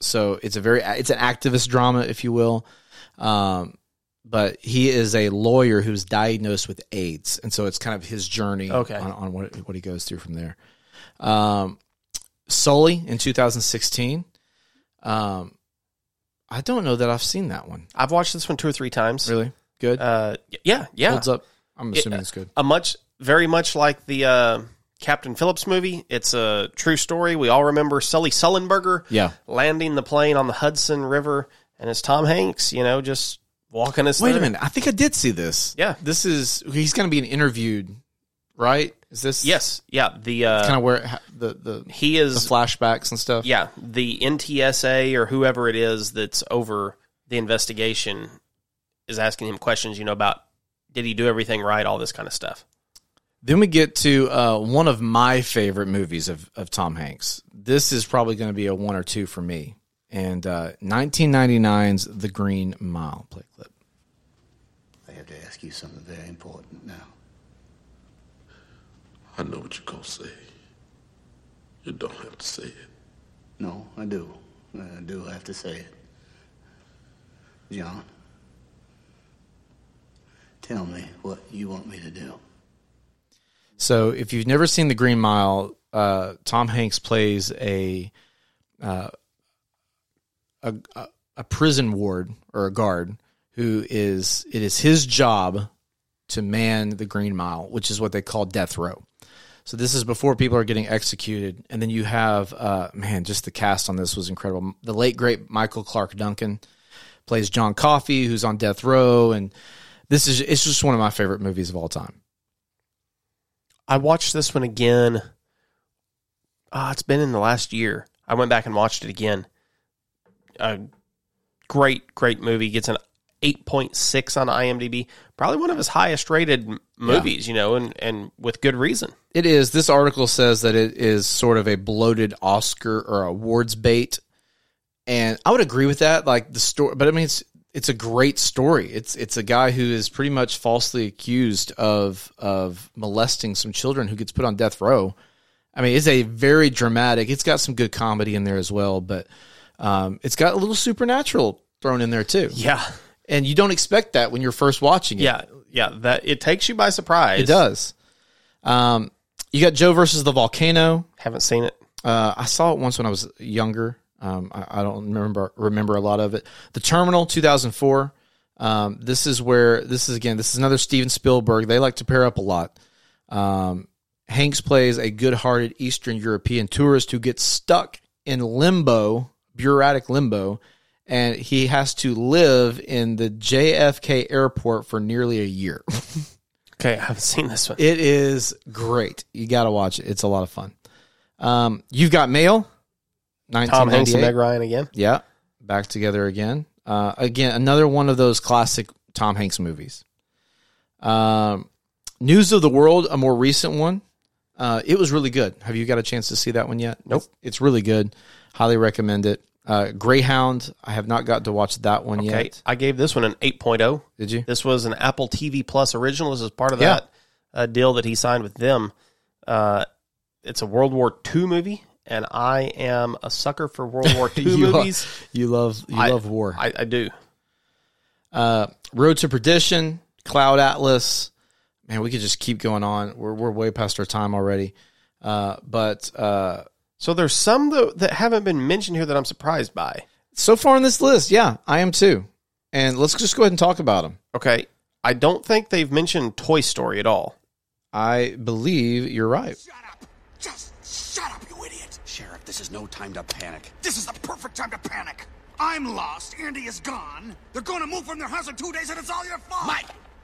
so it's a very it's an activist drama, if you will. Um, but he is a lawyer who's diagnosed with AIDS, and so it's kind of his journey
Okay.
on, on what what he goes through from there. Um, Sully in 2016. Um, I don't know that I've seen that one.
I've watched this one two or three times.
Really good.
Uh, y- yeah, yeah.
Holds up. I'm assuming
Yeah.
it's good.
a much very much like the uh, Captain Phillips movie. It's a true story. We all remember Sully Sullenberger,
Yeah.
landing the plane on the Hudson River, and it's Tom Hanks, you know, just walking us.
Wait a
through.
minute. I think I did see this.
Yeah.
This is he's going to be interviewed, right? Is this
Yes, yeah. The uh,
kind of where it ha- the the,
he
the
is,
flashbacks and stuff.
yeah, the NTSA or whoever it is that's over the investigation is asking him questions, you know, about did he do everything right, all this kind of stuff.
Then we get to uh, one of my favorite movies of, of Tom Hanks. This is probably going to be a one or two for me. And uh, 1999's The Green Mile play clip.
I have to ask you something very important now.
I know what you're gonna say. You don't have to say it.
No, I do. I do have to say it. John, tell me what you want me to do.
So if you've never seen The Green Mile, uh, Tom Hanks plays a, uh, a a prison ward or a guard who is it is his job to man the Green Mile, which is what they call death row. So this is before people are getting executed, and then you have uh, man, just the cast on this was incredible. The late great Michael Clark Duncan plays John Coffey, who's on death row, and this is it's just one of my favorite movies of all time.
I watched this one again. Ah, it's been in the last year. I went back and watched it again. A great, great movie. Gets an 8.6 on IMDb. Probably one of his highest rated m- movies, you know, and, and with good reason.
It is. This article says that it is sort of a bloated Oscar or awards bait, and I would agree with that. Like the story, but I mean, it's it's a great story. It's it's a guy who is pretty much falsely accused of of molesting some children who gets put on death row. I mean, it's a very dramatic. It's got some good comedy in there as well, but um, it's got a little supernatural thrown in there too.
Yeah.
and you don't expect that when you're first watching it.
Yeah. Yeah. That It takes you by surprise.
it does. Um, you got Joe versus the volcano.
Haven't seen it.
Uh, I saw it once when I was younger. Um, I, I don't remember remember a lot of it. The Terminal, two thousand four. Um, this is where this is again. This is another Steven Spielberg. They like to pair up a lot. Um, Hanks plays a good-hearted Eastern European tourist who gets stuck in limbo, bureaucratic limbo, and he has to live in the JFK airport for nearly a year.
Okay. I haven't seen this one.
It is great. You got to watch it. It's a lot of fun. Um, you've got Mail,
Tom Hanks and
1998.
Meg Ryan again.
Yeah, back together again. Uh, again, another one of those classic Tom Hanks movies. Um, News of the World, a more recent one. Uh, it was really good. Have you got a chance to see that one yet? Nope. It's, it's really good. Highly recommend it. Uh, Greyhound. I have not got to watch that one
Okay.
yet.
I gave this one an oh. 8.0.
Did you?
This was an Apple TV Plus original. This is part of
Yeah.
that uh, deal that he signed with them. Uh, it's a World War II movie, and I am a sucker for World War II
You are-
movies.
You love you
I
love war.
I, I do.
uh, Road to Perdition, Cloud Atlas. Man, we could just keep going on. We're we're way past our time already. Uh, but uh,
So there's some though that haven't been mentioned here that I'm surprised by.
so far on this list, yeah, I am too. And let's just go ahead and talk about them.
Okay, I don't think they've mentioned Toy Story at all.
I believe you're right.
Shut up! Just shut up, you idiot!
Sheriff, this is no time to panic.
This is the perfect time to panic. I'm lost. Andy is gone. They're going to move from their house in two days, and it's all your fault.
My,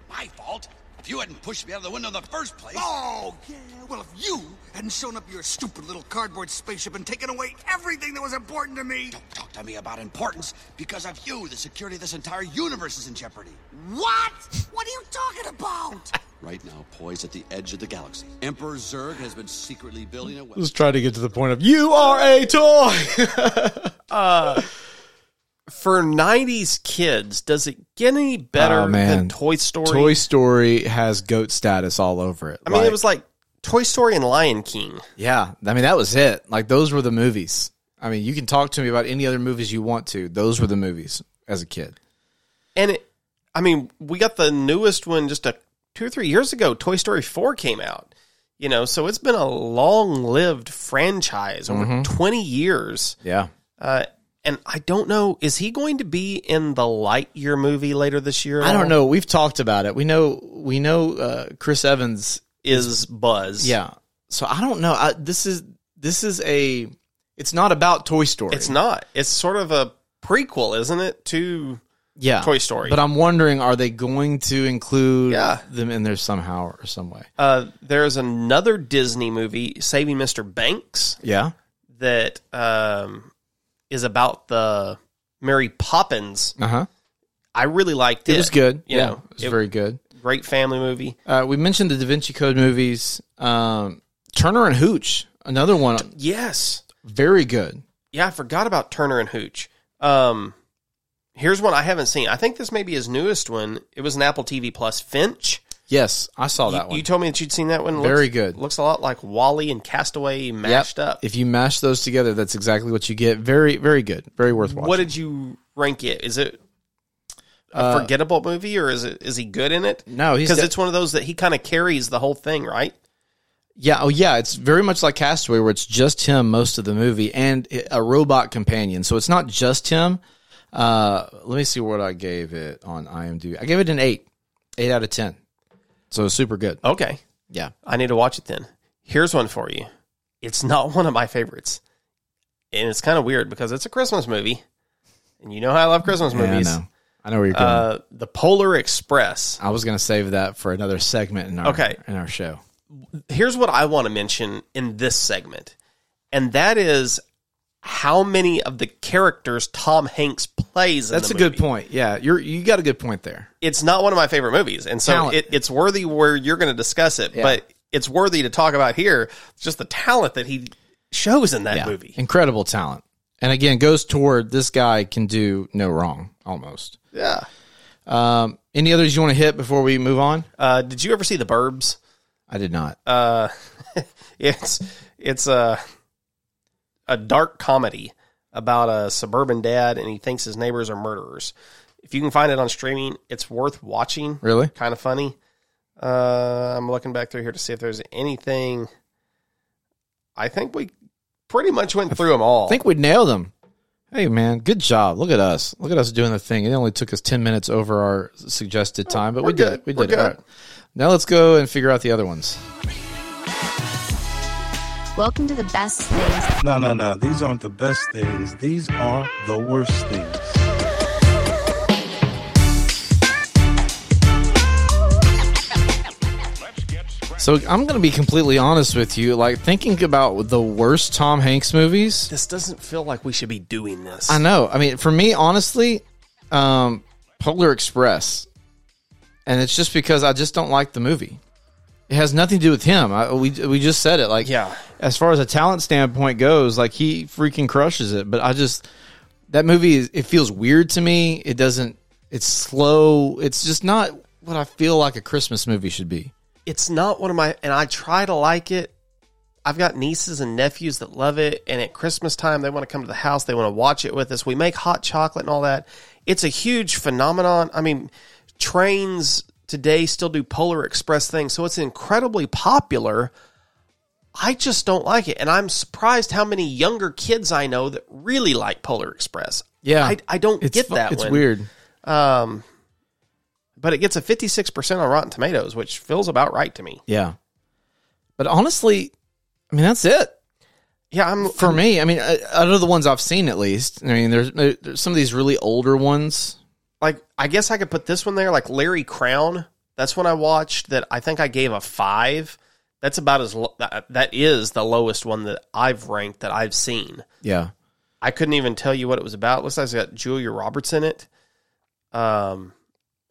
my fault? If you hadn't pushed me out of the window in the first place.
Oh, yeah. Well, if you hadn't shown up your stupid little cardboard spaceship and taken away everything that was important to me.
Don't talk to me about importance. Because of you, the security of this entire universe is in jeopardy.
What? What are you talking about?
Right now, poised at the edge of the galaxy, Emperor Zurg has been secretly building a weapon.
Let's try to get to the point of you are a toy.
For 90s kids, does it get any better
Oh, man.
than Toy Story?
Toy Story has goat status all over it.
I mean, it was like Toy Story and Lion King.
yeah. I mean, that was it. Like those were the movies. I mean, you can talk to me about any other movies you want to. Those were the movies as a kid.
And it, I mean, we got the newest one just a two or three years ago. Toy Story Four came out, you know, so it's been a long-lived franchise over
Mm-hmm.
twenty years.
Yeah.
Uh, and I don't know, is he going to be in the Lightyear movie later this year? at
I don't
all?
know. We've talked about it. We know we know uh, Chris Evans.
Is Buzz?
Yeah. So I don't know. I, this is this is a. It's not about Toy Story.
it's not. It's sort of a prequel, isn't it? To
Yeah.
Toy Story.
But I'm wondering, are they going to include
Yeah.
them in there somehow or some way?
uh, there's another Disney movie, Saving Mr. Banks.
Yeah.
that um, is about the Mary Poppins.
Uh huh.
I really liked it.
It was good.
You
yeah.
know,
it was
it-
very good.
Great family movie.
Uh, we mentioned the Da Vinci Code movies. Um, Turner and Hooch, another one,
Yes.
very good.
Yeah, I forgot about Turner and Hooch. Um, here's one I haven't seen. I think this may be his newest one. It was an Apple TV Plus Finch.
Yes, I saw that
you,
one.
you told me that you'd seen that one.
Very
Looks-
good.
Looks a lot like Wally and Castaway mashed
Yep.
up.
If you mash those together, that's exactly what you get. Very, very good. Very worth watching.
what did you rank it? Is it a
Uh,
forgettable movie, or is it is he good in it?
No, he's
because
de-
it's one of those that he kind of carries the whole thing, right?
Yeah, oh yeah, it's very much like Castaway, where it's just him most of the movie and a robot companion. So it's not just him. Uh, let me see what I gave it on IMDb. I gave it an eight, eight out of ten. So it's super good.
Okay,
Yeah,
I need to watch it then. Here's one for you. It's not one of my favorites. And it's kind of weird because it's a Christmas movie. And you know how I love Christmas
Yeah,
movies.
I know. I know where you're going.
Uh, the Polar Express.
I was going to save that for another segment in our
Okay.
in our show.
Here's what I want to mention in this segment, and that is how many of the characters Tom Hanks plays.
That's a
in the
good
movie.
point. Yeah, you're you got a good point there.
It's not one of my favorite movies, and so
Talent.
it, it's worthy where you're going to discuss it, but it's worthy to talk about here. Just the talent that he shows in that movie.
Incredible talent, and again goes toward this guy can do no wrong almost.
Yeah.
Um, any others you want to hit before we move on?
Uh, did you ever see The Burbs?
I did not.
Uh, it's it's a a dark comedy about a suburban dad, and he thinks his neighbors are murderers. If you can find it on streaming, it's worth watching.
Really?
kind of funny. Uh, I'm looking back through here to see if there's anything. I think we pretty much went through them all.
I think we nailed them. Hey man, good job. Look at us. Look at us doing the thing. It only took us ten minutes over our suggested time, but we
Oh, we're
did
good.
it. We did
We're
it.
good.
All right. Now let's go and figure out the other ones.
Welcome to the best things
No, no, no. These aren't the best things. These are the worst things.
So I'm gonna be completely honest with you. Like thinking about the worst Tom Hanks movies.
this doesn't feel like we should be doing this.
I know. I mean, for me, honestly, um, Polar Express, and it's just because I just don't like the movie. It has nothing to do with him. I, we we just said it. Like,
Yeah.
As far as a talent standpoint goes, like he freaking crushes it. But I just that movie is it feels weird to me. It doesn't. It's slow. It's just not what I feel like a Christmas movie should be.
it's not one of my and I try to like it. I've got nieces and nephews that love it, and at Christmas time they want to come to the house, they want to watch it with us. We make hot chocolate and all that. It's a huge phenomenon. I mean, trains today still do Polar Express things, so it's incredibly popular. I just don't like it, and I'm surprised how many younger kids I know that really like Polar Express.
Yeah,
I, I don't
it's
get
fu-
that.
It's
one.
weird.
um, but it gets a 56 percent on Rotten Tomatoes, which feels about right to me.
Yeah. But honestly, I mean that's it.
Yeah, I'm
for me, I mean, uh, out of the ones I've seen, at least, I mean, there's, uh, there's some of these really older ones.
like I guess I could put this one there, like Larry Crown. That's one I watched that I think I gave a five. That's about as lo- that- that is the lowest one that I've ranked that I've seen.
Yeah,
I couldn't even tell you what it was about. looks like it's got Julia Roberts in it. Um,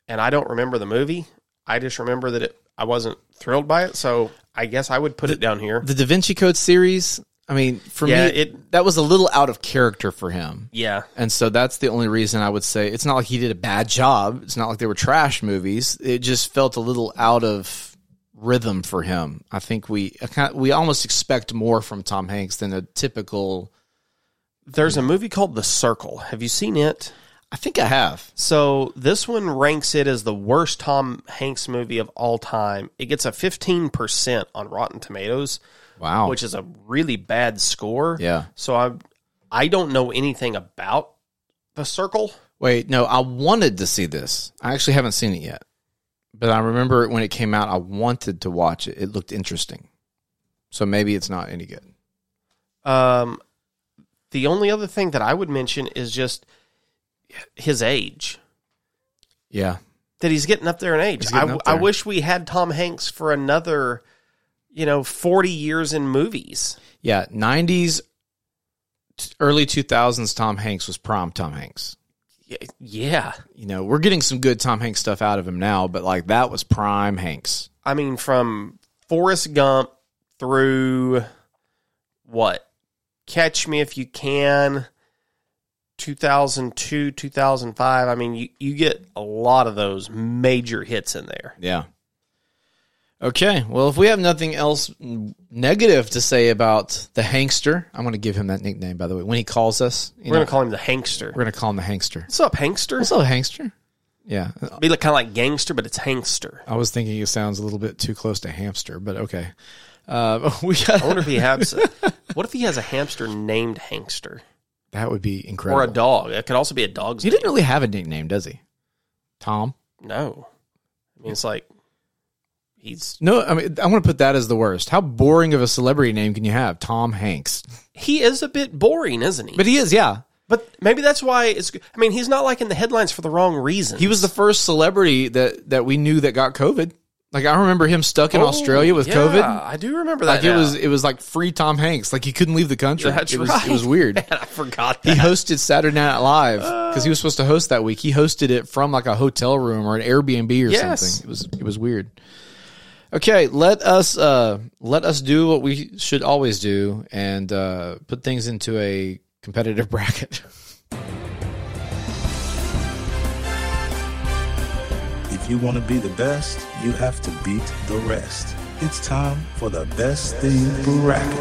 and I don't remember the movie. I just remember that it. I wasn't thrilled by it, so I guess I would put it down here.
the Da Vinci Code series. I mean, for
Yeah,
me,
it-
that was a little out of character for him,
yeah,
and so that's the only reason I would say it's not like he did a bad job. It's not like they were trash movies. It just felt a little out of rhythm for him. I think we I kind we almost expect more from Tom Hanks than a typical.
there's a movie called The Circle. Have you seen it?
I think I have.
So this one ranks it as the worst Tom Hanks movie of all time. It gets a 15% on Rotten Tomatoes,
Wow.
which is a really bad score.
Yeah.
So I I don't know anything about The Circle.
Wait, no, I wanted to see this. I actually haven't seen it yet. But I remember it when it came out, I wanted to watch it. It looked interesting. So maybe it's not any good.
Um the only other thing that I would mention is just his age.
Yeah.
That he's getting up there in age.
He's
I,
getting up
I
there.
wish we had Tom Hanks for another, you know, 40 years in movies.
Yeah. 90s, t- early 2000s, Tom Hanks was prime Tom Hanks.
Yeah.
You know, we're getting some good Tom Hanks stuff out of him now, but like that was prime Hanks.
I mean, from Forrest Gump through what? Catch Me If You Can, 2002, 2005. I mean, you, you get a lot of those major hits in there.
Yeah. Okay. Well, if we have nothing else negative to say about the Hankster, I'm going to give him that nickname, by the way. When he calls us, you
We're going
know,
to call him the Hankster.
we're going to call him the Hankster.
What's up, Hankster?
What's up, Hankster? Yeah.
Be like, kind of like gangster, but it's Hankster.
I was thinking it sounds a little bit too close to hamster, but okay. Uh, we got,
I wonder if he has. what if he has a hamster named Hankster
that would be incredible.
or a dog? It could also be a dog's.
He
name.
didn't really have a nickname, does he? Tom?
No, I mean it's like he's
No, I mean I want to put that as the worst. How boring of a celebrity name can you have? Tom Hanks.
he is a bit boring, isn't he?
But he is, yeah.
But maybe that's why it's. I mean, he's not like in the headlines for the wrong reason.
He was the first celebrity that that we knew that got COVID. Like I remember him stuck in Australia with COVID.
Oh, I do remember that.
Like it
now.
was it was like free Tom Hanks. Like he couldn't leave the country.
That's
it was
right.
it was weird.
Man, I forgot
He
that.
hosted Saturday Night Live because he was supposed to host that week. He hosted it from like a hotel room or an Airbnb or
Yes.
something. It was it was weird. Okay, let us uh, let us do what we should always do and uh, put things into a competitive bracket.
If you want to be the best, you have to beat the rest. It's time for the best thing bracket.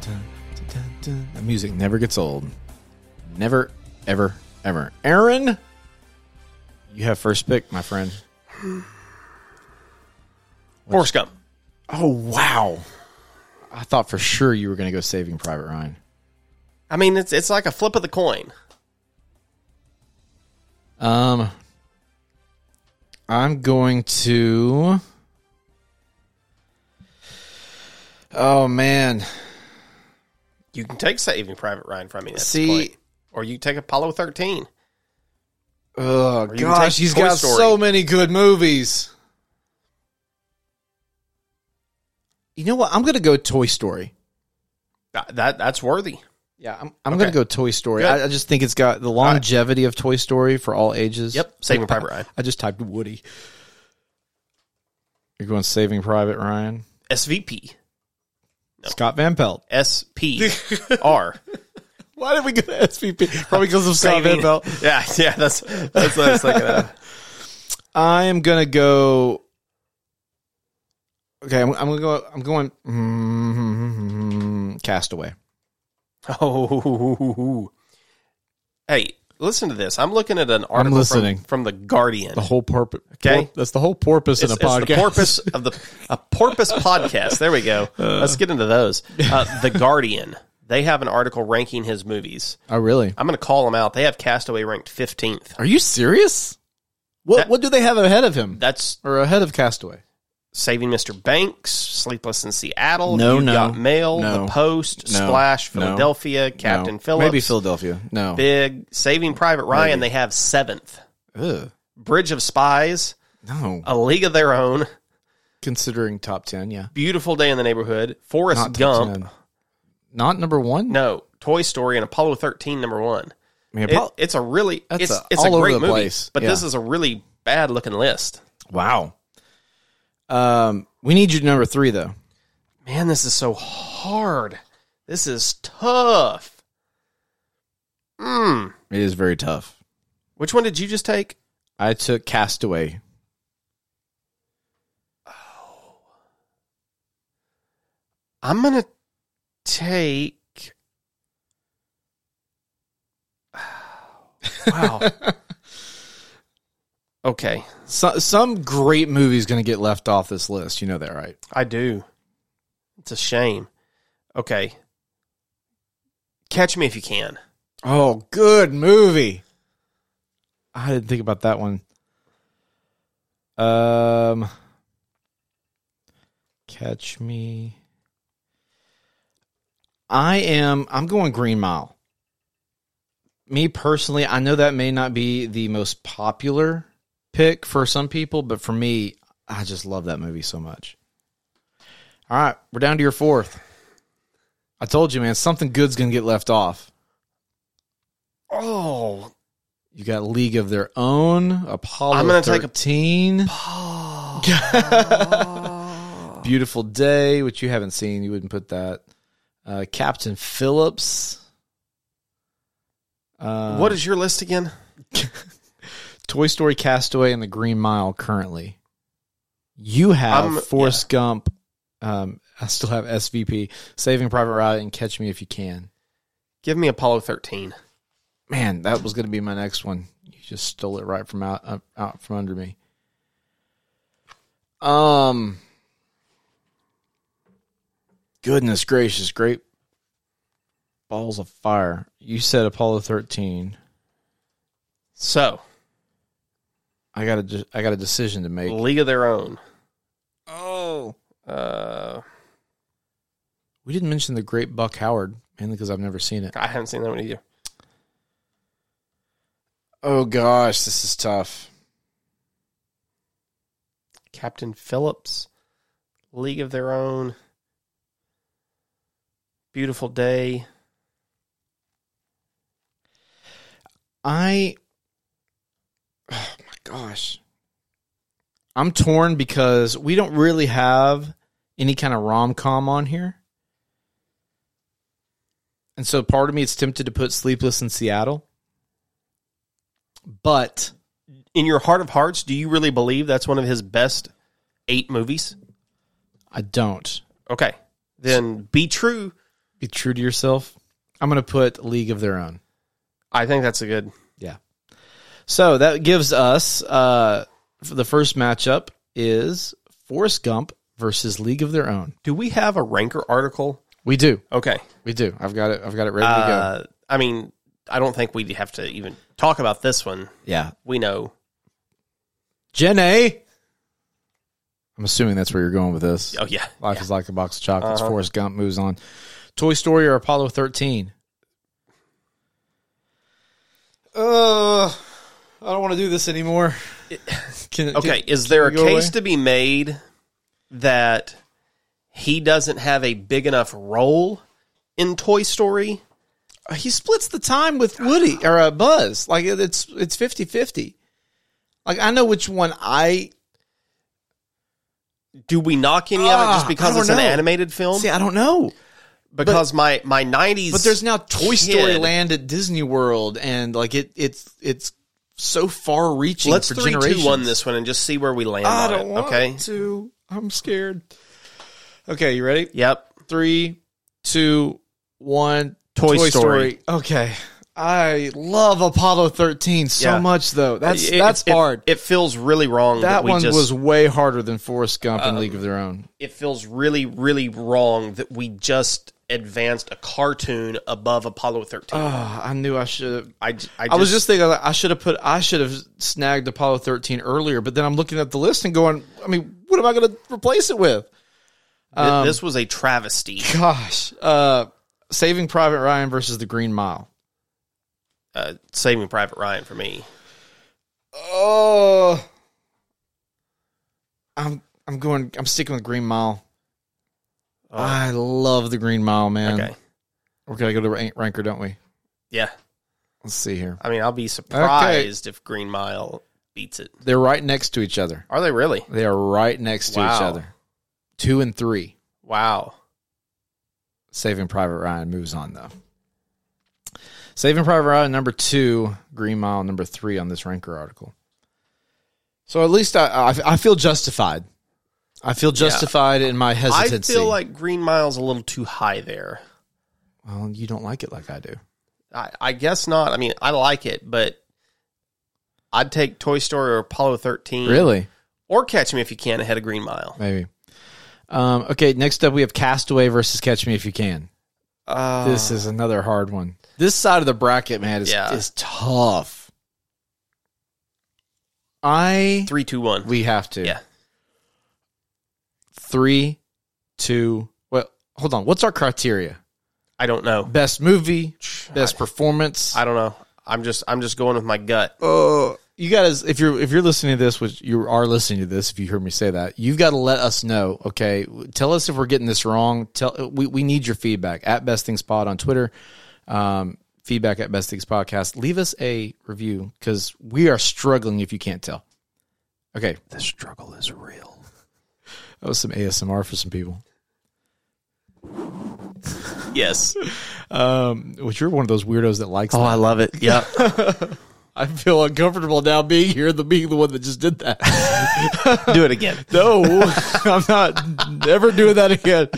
Dun, dun, dun, dun. music never gets old. Never, ever, ever. Aaron, you have first pick, my friend.
Forrest Gump.
Oh wow! I thought for sure you were going to go Saving Private Ryan.
I mean, it's it's like a flip of the coin.
Um, I'm going to. Oh man!
You can take Saving Private Ryan from me. That's the
See-
point. or you can take Apollo thirteen.
Oh
you can
gosh,
take
he's
Toy
got
Story.
so many good movies. You know what? I'm going to go Toy Story.
That, that that's worthy.
Yeah, I'm, I'm going to go Toy Story.
Good.
I, I just think it's got the longevity of Toy Story for all ages.
Yep, Saving Private Ryan.
I just typed Woody. You're going Saving Private Ryan?
SVP.
Scott Van Pelt.
S P R.
Why did we go to SVP? Probably because of Scott Van
Saving-
Pelt.
Yeah, yeah, that's that's what I was thinking of.
I am gonna go. Okay, I'm, I'm gonna go. I'm going.
mm-hmm,
mm, Castaway.
Oh, hey, listen to this. I'm looking at an article from-
listening.
From, the Guardian.
The whole porpoise.
Okay.
that's the whole porpoise
it's,
in a
it's
podcast.
the porpoise of the a porpoise podcast. There we go. Let's get into those. Uh, the Guardian. They have an article ranking his movies.
Oh, really?
I'm going to call them out. They have Castaway ranked 15th.
Are you serious? What
That-
What do they have ahead of him?
That's
or ahead of Castaway?
Saving Mr. Banks, Sleepless in Seattle,
No,
You
no,
Got Mail,
no,
The Post,
no,
Splash,
no,
Philadelphia, Captain
No.
Phillips,
Maybe Philadelphia. No.
Big, Saving Private Ryan. They have seventh.
Ugh.
Bridge of Spies,
No.
A League of Their Own,
Considering top ten, yeah.
Beautiful Day in the Neighborhood, Forrest
Not top
Gump,
10. Not number one.
no, Toy Story, and Apollo 13, number one.
I mean,
It-
Apollo-
it's a really,
That's
it's,
a-
it's
all
a
over
great
the
movie,
place.
but
Yeah.
this is a really bad looking list.
wow. Um, we need you to number three though.
Man, this is so hard. This is tough. Mm.
It is very tough.
Which one did you just take?
I took Castaway.
I'm gonna take. Wow. okay,
So, some great movie's going to get left off this list. You know that, right?
I do. It's a shame. Okay, catch me if you can.
Oh, good movie. I didn't think about that one. Um, catch me. I am. I'm going Green Mile. Me personally, I know that may not be the most popular pick for some people, but for me, I just love that movie so much. All right, we're down to your fourth. I told you, man, something good's gonna get left off.
Oh,
You got League of Their Own, Apollo
I'm
I'm
gonna
gonna
take a-
13. Beautiful Day, which you haven't seen. You wouldn't put that. Uh, Captain Phillips. Uh,
what is your list again?
Toy Story Castaway and The Green Mile currently? You have
I'm-
Forrest Gump. Um, I still have SVP, Saving Private Ryan, and Catch Me If You Can.
Give me Apollo 13.
Man, that was going to be my next one. You just stole it right from out, up- out from under me. Um, goodness gracious, great balls of fire! You said Apollo thirteen.
So,
I got a de- I got a decision to make.
League of Their Own.
Oh,
Uh,
We didn't mention the great Buck Howard, mainly because I've never seen it.
I haven't seen that one either.
Oh gosh, this is tough.
Captain Phillips, League of Their Own, Beautiful Day.
I Oh my gosh. I'm torn because we don't really have any kind of rom com on here. And so part of me is tempted to put Sleepless in Seattle. But
In your heart of hearts, do you really believe that's one of his best eight movies?
I don't.
Okay. Then be true.
Be true to yourself. I'm gonna put League of Their Own.
I think that's a good.
Yeah. So that gives us uh, f- the first matchup is Forrest Gump versus League of Their Own.
Do we have a ranker article?
We do,
Okay.
we do. I've got it. I've got it ready to go.
Uh, I mean, I don't think we'd have to even talk about this one.
Yeah,
We know.
Jen A. I'm assuming that's where you're going with this.
Oh, yeah.
Life is like a box of chocolates. Forrest Gump moves on. Toy Story or Apollo 13? Uh, I don't want to do this anymore. Can-
Okay,
can-
is there a
can we go
case
away?
to be made that he doesn't have a big enough role in Toy Story?
he splits the time with Woody or uh, Buzz. Like it- it's it's 50-50. Like I know which one I
Do we knock any of it
Ah,
just because
I don't
it's an
know.
animated film?
see. I don't know,
because my my nineties,
but there's now Toy Story
Kid.
Land at Disney World, and like it it's it's so far reaching.
Let's
for
three
generations.
two one this one and just see where we land.
I
on
don't
it,
want
okay.
to. I'm scared. Okay, you ready?
Yep.
Three, two, one.
Toy Story.
Okay. I love Apollo 13 so
Yeah.
much though. That's
It- it-
that's
it-
hard.
It, feels really wrong that,
that
we
one
just. Uh,
was way harder than Forrest Gump and League of Their Own.
it feels really really wrong that we just advanced a cartoon above Apollo thirteen.
Oh, I knew I should. have
I, j- I
I was just thinking like, I should have put I should have snagged Apollo 13 earlier, but then I'm looking at the list and going, I mean, what am I going to replace it with?
Th-
um,
this was a travesty.
Gosh, uh, Saving Private Ryan versus The Green Mile.
Uh, Saving Private Ryan for me.
Oh, I'm I'm going. I'm sticking with Green Mile. I love The Green Mile, man.
Okay.
We're gonna go to rank- ranker, don't we?
Yeah.
Let's see here.
I mean, I'll be surprised if Green Mile beats it.
They're right next to each other.
Are they really?
They are right next to each
Wow.
other. Two and three.
Wow.
Saving Private Ryan moves on though. Saving Private Ryan number two, Green Mile number three on this Ranker article. So at least I I, I feel justified. I feel justified in my hesitancy.
I feel like Green Mile's a little too high there.
well, you don't like it like I do.
I, I guess not. I mean, I like it, but I'd take Toy Story or Apollo 13.
Really?
Or Catch Me If You Can ahead of Green Mile.
Maybe. Um, okay, next up we have Castaway versus Catch Me If You Can.
Uh,
This is another hard one. This side of the bracket, man, is
Yeah.
is tough. I
three, two, one.
we have to.
Yeah.
Three, two. Well, hold on. What's our criteria?
I don't know.
Best movie, best performance.
I don't know. I'm just I'm just going with my gut.
you guys, if you're if you're listening to this, which you are listening to this, if you hear me say that, you've got to let us know. Okay, tell us if we're getting this wrong. Tell we we need your feedback at Best Things Pod on Twitter, um, feedback at Best Things Podcast. Leave us a review because we are struggling if you can't tell. Okay.
The struggle is real.
That was some ASMR for some people.
Yes.
Um, which you're one of those weirdos that likes
Oh,
that.
I love it. Yeah.
I feel uncomfortable now being here, the being the one that just did that.
Do it again.
No, I'm not never doing that again.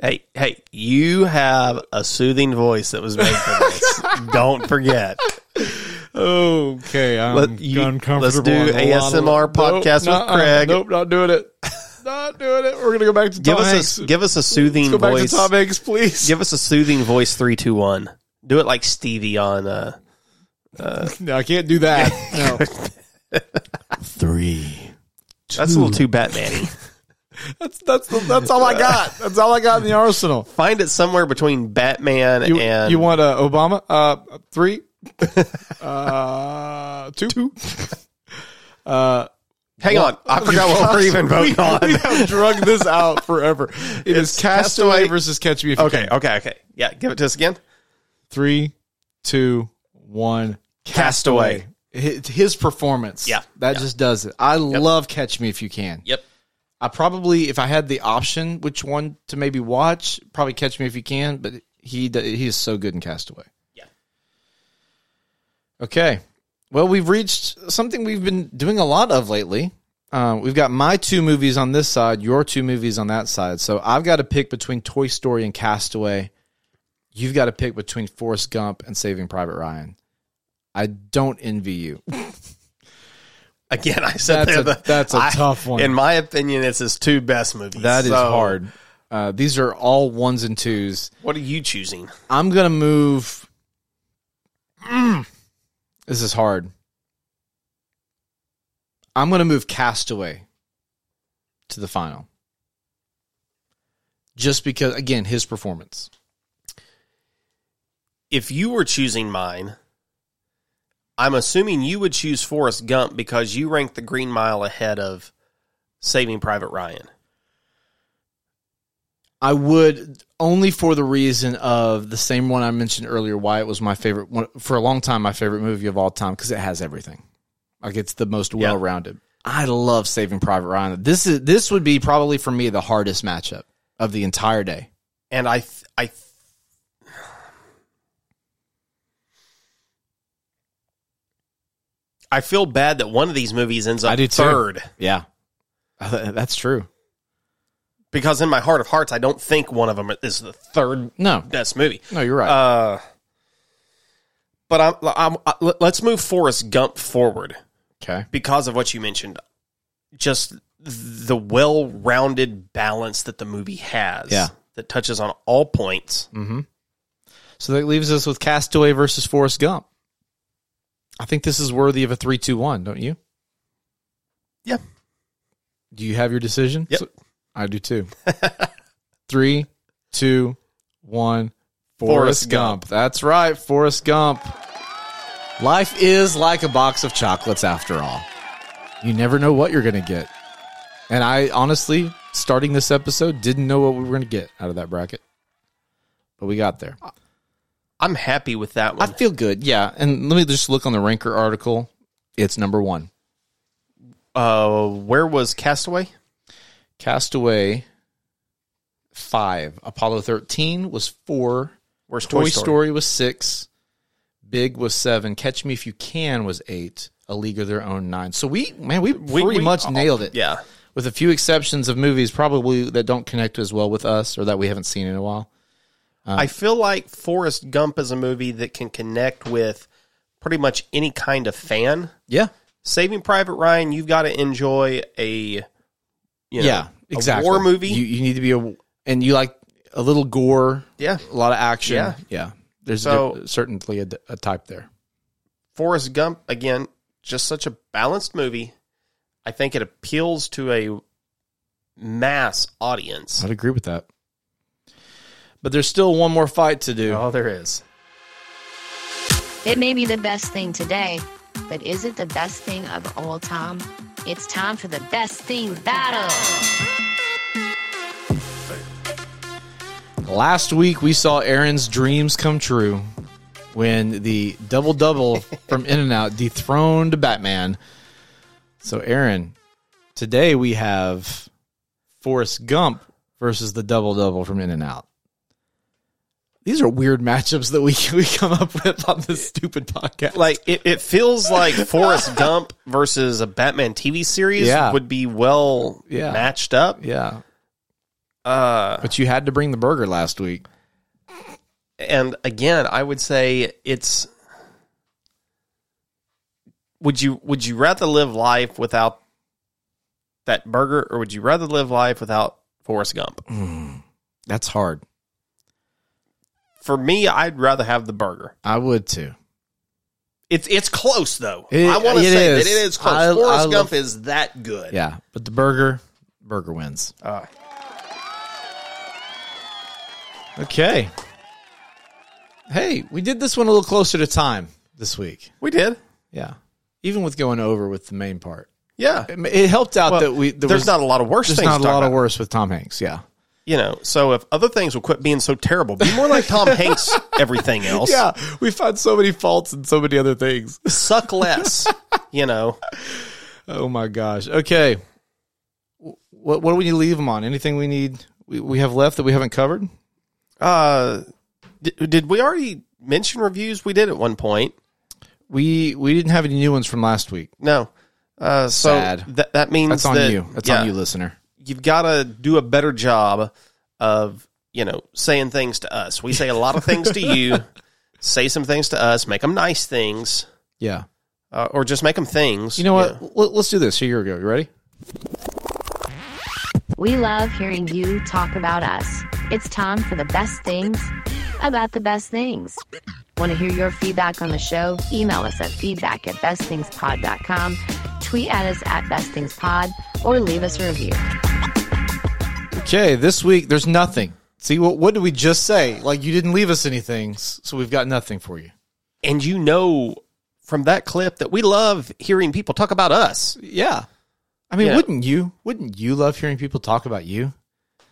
Hey, hey, you have a soothing voice that was made for this. Don't forget.
Okay, I'm
Let- you-
uncomfortable.
let's do
on a lot of-
ASMR podcast with
nuh-uh,
Craig.
Nope, not doing it. Not doing it. We're gonna go back to
Give
Tom
us
Hanks.
a give us a soothing
Let's go back
voice.
to Tom Hanks, please.
Give us a soothing voice. Three, two, one. Do it like Stevie on. Uh,
no, I can't do that. No. Three.
that's a little too Batman-y. Uh,
That's that's the, that's all I got. That's all I got in the arsenal.
Find it somewhere between Batman
You,
and
you want uh, Obama? Uh, three. uh, two.
Hang on, I forgot what we're even voting on.
We have drug this out forever. it's Castaway,
Castaway.
versus Catch Me If You
Okay,
Can.
okay, okay. Yeah, give it to us again.
Three, two, one.
Castaway.
His, his performance.
Yeah,
That
yeah.
just does it. I love Catch Me If You Can.
Yep.
I probably, if I had the option, which one to maybe watch, probably Catch Me If You Can, but he, d- he is so good in Castaway.
Yeah.
Okay. Well, we've reached something we've been doing a lot of lately. Uh, we've got my two movies on this side, your two movies on that side. So I've got to pick between Toy Story and Castaway. You've got to pick between Forrest Gump and Saving Private Ryan. I don't envy you.
Again, I said
That's a-
they're the-
that's a
I-
tough one.
In my opinion, it's his two best movies.
That is
So,
hard. Uh, these are all ones and twos.
What are you choosing?
I'm gonna move. Mm. this is hard. I'm gonna move Castaway to the final, just because again his performance.
If you were choosing mine, I'm assuming you would choose Forrest Gump because you ranked The Green Mile ahead of Saving Private Ryan.
I would only for the reason of the same one I mentioned earlier. Why it was my favorite one for a long time, my favorite movie of all time because it has everything. Like it's the most
Yeah.
well-rounded. I love Saving Private Ryan. This is this would be probably for me the hardest matchup of the entire day.
And I, th- I, th- I feel bad that one of these movies ends up
I do too.
third
Yeah, that's true.
because in my heart of hearts, I don't think one of them is the third
No,
best movie.
no, you're right.
Uh, but I'm, I'm, I, am let us move Forrest Gump forward
okay,
because of what you mentioned. Just the well rounded balance that the movie has.
Yeah. Mm.
That touches on all points.
so that leaves us with Castaway versus Forrest Gump. I think this is worthy of a three-two-one, don't you?
Yeah.
Do you have your decision?
Yep.
I do too. Three, two, one. Forrest,
Forrest
Gump.
Gump.
That's right, Forrest Gump. Life is like a box of chocolates, after all. You never know what you're going to get. And I honestly, starting this episode, didn't know what we were going to get out of that bracket, but we got there.
I'm happy with that
I
one.
feel good. Yeah. And let me just look on the Ranker article. It's number one.
uh, where was Castaway?
Castaway, five. Apollo 13 was four.
Where's
Toy, Story. was six. Big was seven. Catch Me If You Can was eight. A League of Their Own nine. So we, man, we, pretty
we-
much
oh,
nailed it.
Yeah.
With a few exceptions of movies probably that don't connect as well with us or that we haven't seen in a while. Uh.
I feel like Forrest Gump is a movie that can connect with pretty much any kind of fan.
Yeah.
Saving Private Ryan, you've got to enjoy a you know,
yeah. Exactly.
a war movie.
You, you need to be a, and you like a little gore,
yeah,
a lot of action.
Yeah.
Yeah. There's
So-
a, certainly a, a type there.
Forrest Gump again, just such a balanced movie. I think it appeals to a mass audience.
I'd agree with that. But there's still one more fight to do.
Oh, there is.
It may be the best thing today, but is it the best thing of all time? It's time for the best thing battle.
Last week we saw Aaron's dreams come true. when the double double from In and Out dethroned Batman. So, Aaron, today we have Forrest Gump versus the double double from In and Out. These are weird matchups that we we come up with on this stupid podcast.
Like it, it feels like Forrest Gump versus a Batman TV series
Yeah.
would be well
Yeah.
matched up.
yeah,
Uh,
but you had to bring the burger last week.
and again, I would say it's would you would you rather live life without that burger or would you rather live life without Forrest Gump?
That's hard.
For me, I'd rather have the burger.
I would too.
It's it's close though.
It-
I want to
it
say
is.
that it is close.
I-
Forrest
I
Gump
love-
is that good.
Yeah, but the burger burger wins.
Uh,
Okay. Hey, we did this one a little closer to time this week.
we did.
Yeah. Even with going over with the main part.
Yeah.
It, it helped out
Well,
that we there
there's
was,
not a lot of worse
there's
things.
not a
to talk
lot of
about.
worse with Tom Hanks. Yeah.
You know, so if other things will quit being so terrible, be more like Tom Hanks, everything else.
we found so many faults and so many other things.
Suck less. You know,
Oh my gosh. Okay. Wh- What what do we leave them on? Anything we need we, we have left that we haven't covered?
uh, did, did we already mention reviews? We did at one point.
We we didn't have any new ones from last week.
No. Uh, so
Sad.
that that means
That's on
that-
you. That's
yeah,
on you, listener.
You've got to do a better job of you know saying things to us. We say a lot of things to you. Say some things to us. Make them nice things,
Yeah.
uh, or just make them things.
You know what?
Yeah.
Let- Let's do this. Here you go. You ready?
We love hearing you talk about us. It's time for the best things about the best things. Want to hear your feedback on the show? Email us at feedback at bestthingspod.com, tweet at us at bestthingspod, or leave us a review.
Okay, this week there's nothing. See, what, what did we just say? Like, you didn't leave us anything, s- so we've got nothing for you.
and you know from that clip that we love hearing people talk about us
Yeah. I mean,
Yeah.
wouldn't you? Wouldn't you love hearing people talk about you?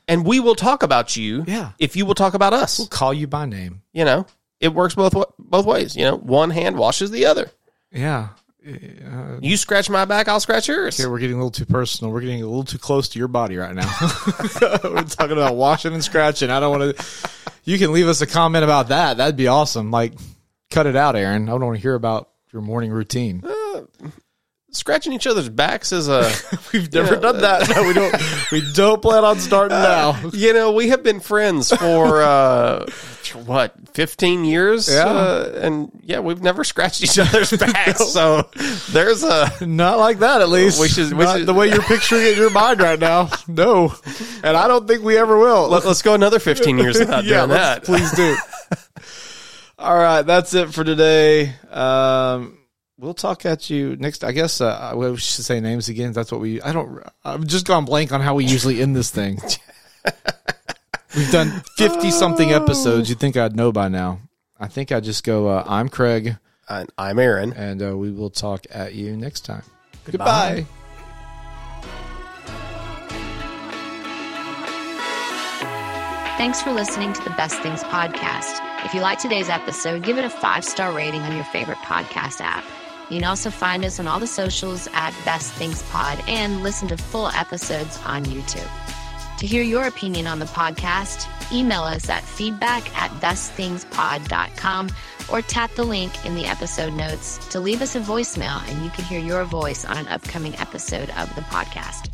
and we will talk about you
Yeah.
if you will talk about
We'll
us
call you by name.
you know it works both wa- both ways you know one hand washes the other
Yeah. Uh,
you scratch my back i'll scratch yours
Okay, we're getting a little too personal. We're getting a little too close to your body right now. we're talking about washing and scratching. I don't want to. You can leave us a comment about that. That'd be awesome. Like, cut it out, Aaron. I don't want to hear about your morning routine.
scratching each other's backs is a
We've never
Yeah.
done that. No, we don't. We don't plan on starting now.
you know we have been friends for uh what 15 years
Yeah.
uh, and yeah we've never scratched each other's backs so there's a
Not like that, at least.
We should- we
Not
should-
the way you're picturing it in your mind right now. No, and I don't think we ever will.
let, us go another 15 years without
yeah,
doing that
let's- please do. All right, that's it for today. Um, we'll talk at you next. I guess uh, I- we should say names again. That's what we. I don't. I've just gone blank on how we usually end this thing. We've done fifty something episodes. You'd think I'd know by now. I think I just go. Uh, I'm Craig,
And i'm aaron
and uh, we will talk at you next time.
Goodbye.
Goodbye.
Thanks for listening to the Best Things Podcast. If you like today's episode, give it a five star rating on your favorite podcast app. You can also find us on all the socials at Best Things Pod and listen to full episodes on YouTube. To hear your opinion on the podcast, email us at feedback at bestthingspod.com or tap the link in the episode notes to leave us a voicemail and you can hear your voice on an upcoming episode of the podcast.